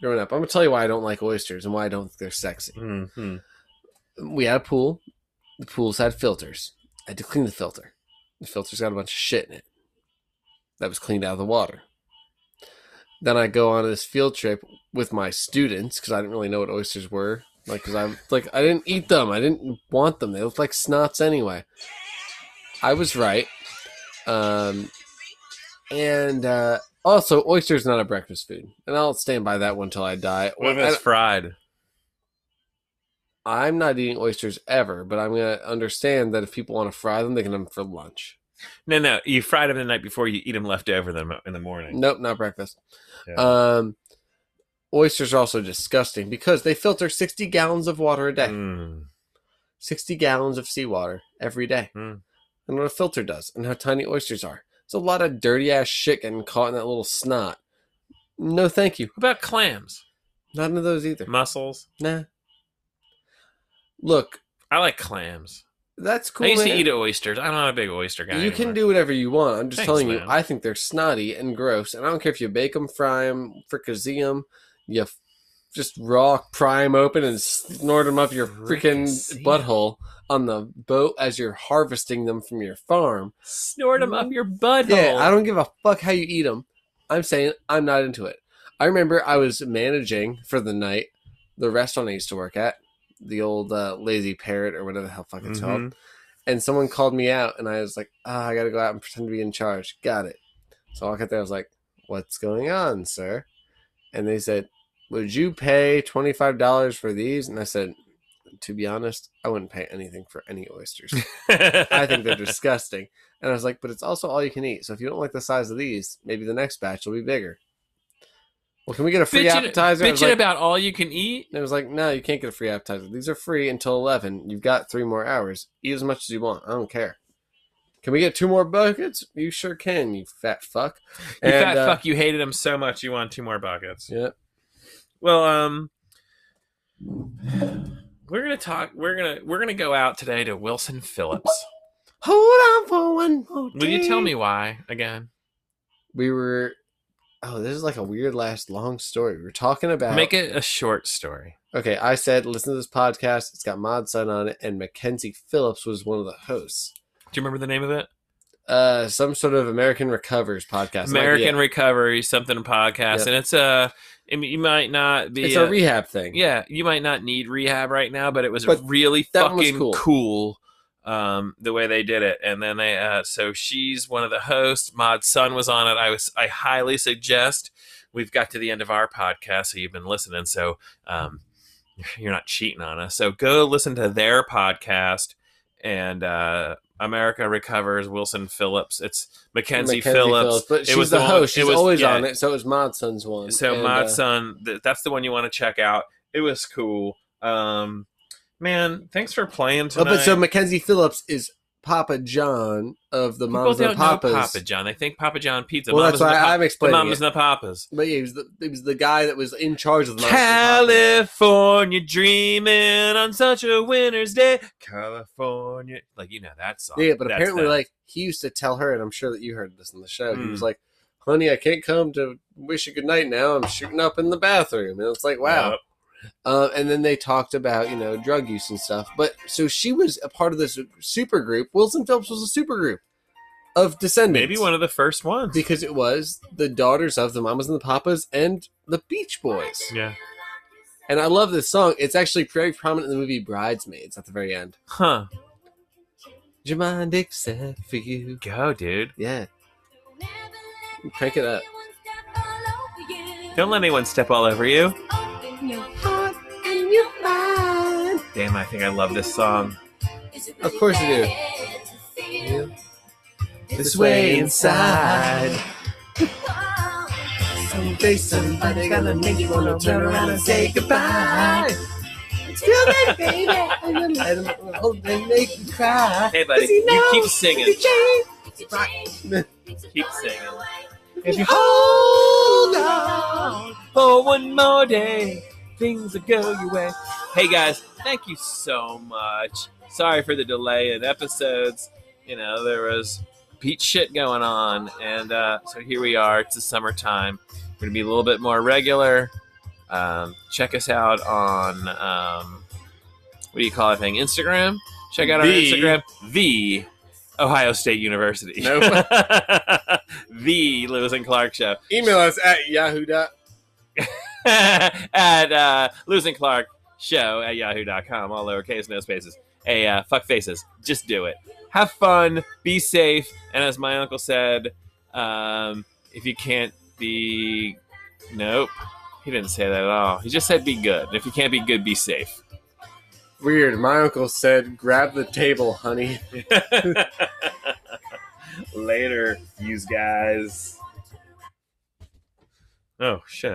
Speaker 3: growing up. I'm gonna tell you why I don't like oysters and why I don't think they're sexy.
Speaker 2: Mm-hmm.
Speaker 3: We had a pool. The pools had filters. I had to clean the filter. The filter's got a bunch of shit in it. That was cleaned out of the water. Then I go on this field trip with my students because I didn't really know what oysters were. Like, cause I'm like, I didn't eat them. I didn't want them. They looked like snots anyway. I was right. Um, and uh, also, oysters not a breakfast food, and I'll stand by that one till I die.
Speaker 2: What
Speaker 3: I-
Speaker 2: if it's fried?
Speaker 3: I'm not eating oysters ever, but I'm gonna understand that if people want to fry them, they can have them for lunch.
Speaker 2: No, no, you fried them the night before. You eat them left over them in the morning.
Speaker 3: Nope, not breakfast.
Speaker 2: Yeah.
Speaker 3: Um, oysters are also disgusting because they filter 60 gallons of water a day,
Speaker 2: Mm.
Speaker 3: 60 gallons of seawater every day.
Speaker 2: Mm.
Speaker 3: And what a filter does, and how tiny oysters are. It's a lot of dirty ass shit getting caught in that little snot. No, thank you.
Speaker 2: What about clams?
Speaker 3: None of those
Speaker 2: Mm.
Speaker 3: either.
Speaker 2: Mussels.
Speaker 3: Nah. Look,
Speaker 2: I like clams.
Speaker 3: that's cool.
Speaker 2: I used to
Speaker 3: man.
Speaker 2: eat oysters. I'm not a big oyster guy.
Speaker 3: you can
Speaker 2: anymore.
Speaker 3: do whatever you want. I'm just
Speaker 2: Thanks,
Speaker 3: telling you,
Speaker 2: man.
Speaker 3: I think they're snotty and gross, and I don't care if you bake them, fry them, fricassee them, you f- just raw pry them open and snort them up your freaking
Speaker 2: Fricassee 'em.
Speaker 3: butthole on the boat as you're harvesting them from your farm.
Speaker 2: snort them up your butthole.
Speaker 3: Mm-hmm. Yeah, I don't give a fuck how you eat them. I'm saying I'm not into it. I remember I was managing for the night the restaurant I used to work at, the old uh, Lazy Parrot or whatever the hell fuck it's called
Speaker 2: Mhm.
Speaker 3: and someone called me out and I was like, oh, I gotta go out and pretend to be in charge. Got it. So I walk out there, I was like, What's going on, sir? And they said, Would you pay twenty five dollars for these? And I said, To be honest, I wouldn't pay anything for any oysters. I think they're disgusting. And I was like, But it's also all you can eat. So if you don't like the size of these, maybe the next batch will be bigger. Well, can we get a free
Speaker 2: bitching,
Speaker 3: appetizer? I was
Speaker 2: Bitching
Speaker 3: like,
Speaker 2: about all you can eat.
Speaker 3: and it was like, no, you can't get a free appetizer. These are free until 11. You've got three more hours. Eat as much as you want. I don't care. Can we get two more buckets? You sure can, you fat fuck.
Speaker 2: You
Speaker 3: And,
Speaker 2: fat
Speaker 3: uh,
Speaker 2: fuck. You hated them so much. You want two more buckets.
Speaker 3: Yeah.
Speaker 2: Well, um, we're gonna talk. We're gonna we're gonna go out today to Wilson Phillips.
Speaker 3: Hold on for one more
Speaker 2: Will you tell
Speaker 3: day.
Speaker 2: me why again?
Speaker 3: We were. Oh, this is like a weird last long story. We were talking about.
Speaker 2: Make it a short story.
Speaker 3: Okay, I said, listen to this podcast. It's got Mod Sun on it, and Mackenzie Phillips was one of the hosts.
Speaker 2: Do you remember the name of it?
Speaker 3: Uh, some sort of American Recovers podcast. It might be
Speaker 2: American
Speaker 3: it.
Speaker 2: Recovery something podcast,
Speaker 3: Yep.
Speaker 2: and it's a. I mean, you might not be.
Speaker 3: It's
Speaker 2: a-
Speaker 3: a rehab thing.
Speaker 2: yeah, you might not need rehab right now, but it was
Speaker 3: But
Speaker 2: really
Speaker 3: that one
Speaker 2: fucking
Speaker 3: was
Speaker 2: cool,
Speaker 3: cool.
Speaker 2: um, the way they did it. And then they, uh, so she's one of the hosts. Maud's son was on it. I was, I highly suggest. We've got to the end of our podcast, so you've been listening. So um, you're not cheating on us. So go listen to their podcast and uh, America Recovers. Wilson Phillips. It's Mackenzie, Phillips.
Speaker 3: But she's
Speaker 2: was
Speaker 3: the,
Speaker 2: the one-
Speaker 3: host. She's
Speaker 2: it was-
Speaker 3: always
Speaker 2: yeah.
Speaker 3: on it. So it was Modson's one.
Speaker 2: So
Speaker 3: And,
Speaker 2: Mod
Speaker 3: uh,
Speaker 2: Sun, th- that's the one you want to check out. It was cool. Um, man, thanks for playing
Speaker 3: oh,
Speaker 2: tonight.
Speaker 3: but so Mackenzie Phillips is Papa John of the
Speaker 2: People
Speaker 3: Mamas
Speaker 2: don't
Speaker 3: and
Speaker 2: know
Speaker 3: the Papas.
Speaker 2: Papa John. They think Papa John Pizza.
Speaker 3: well,
Speaker 2: Mamas
Speaker 3: that's why
Speaker 2: and the
Speaker 3: I'm
Speaker 2: the
Speaker 3: explaining
Speaker 2: Mamas
Speaker 3: it.
Speaker 2: and the Papas.
Speaker 3: But yeah, he was the he was the guy that was in charge of the Mamas and the Papas.
Speaker 2: California dreaming on such a winter's day. California, like you know that song.
Speaker 3: Yeah, but
Speaker 2: That's
Speaker 3: apparently,
Speaker 2: them.
Speaker 3: like he used to tell her, and I'm sure that you heard this on the show. He
Speaker 2: Mm.
Speaker 3: was like, "Honey, I can't come to wish you good night now. I'm shooting up in the bathroom." And it's like, wow.
Speaker 2: Yep.
Speaker 3: Uh, and then they talked about you know drug use and stuff. But so she was a part of this super group. Wilson Phillips was a super group of descendants.
Speaker 2: maybe one of the first ones.
Speaker 3: because it was the daughters of the Mamas and the Papas and the Beach Boys.
Speaker 2: yeah,
Speaker 3: And I love this song. It's actually very prominent in the movie Bridesmaids at the very end.
Speaker 2: huh?
Speaker 3: Jemima Dixon for you.
Speaker 2: Go, dude.
Speaker 3: Yeah,
Speaker 4: Crank it up.
Speaker 2: Don't let anyone step all over you. Damn, I think I love this song.
Speaker 4: Of course you do.
Speaker 3: This way inside.
Speaker 4: Someday somebody gonna make you wanna turn around and say goodbye.
Speaker 3: Feel it, baby. And then let 'em hold and make you cry.
Speaker 2: Hey, buddy,
Speaker 3: 'Cause he
Speaker 2: you
Speaker 3: knows
Speaker 2: keep singing.
Speaker 3: if you change,
Speaker 2: Keep singing.
Speaker 3: If you hold on.
Speaker 2: For one more day, things will go your way. Hey guys, thank you so much. Sorry for the delay in episodes. You know, there was beat shit going on, and uh, so here we are. It's the summertime. We're gonna be a little bit more regular. Um, check us out on um, what do you call that thing? Instagram. Check out our
Speaker 3: The-
Speaker 2: Instagram. The Ohio State University.
Speaker 3: Nope.
Speaker 2: the Lewis and Clark Show.
Speaker 3: Email us at yahoo. dot-
Speaker 2: at uh, Lewis and Clark show at yahoo.com, all lowercase, no spaces. Hey, uh, fuck faces. Just do it. Have fun. Be safe. And as my uncle said, um, if you can't be. Nope. He didn't say that at all. He just said be good. And if you can't be good, be safe.
Speaker 3: Weird. My uncle said, grab the table, honey.
Speaker 2: Later, you guys. Oh, shit.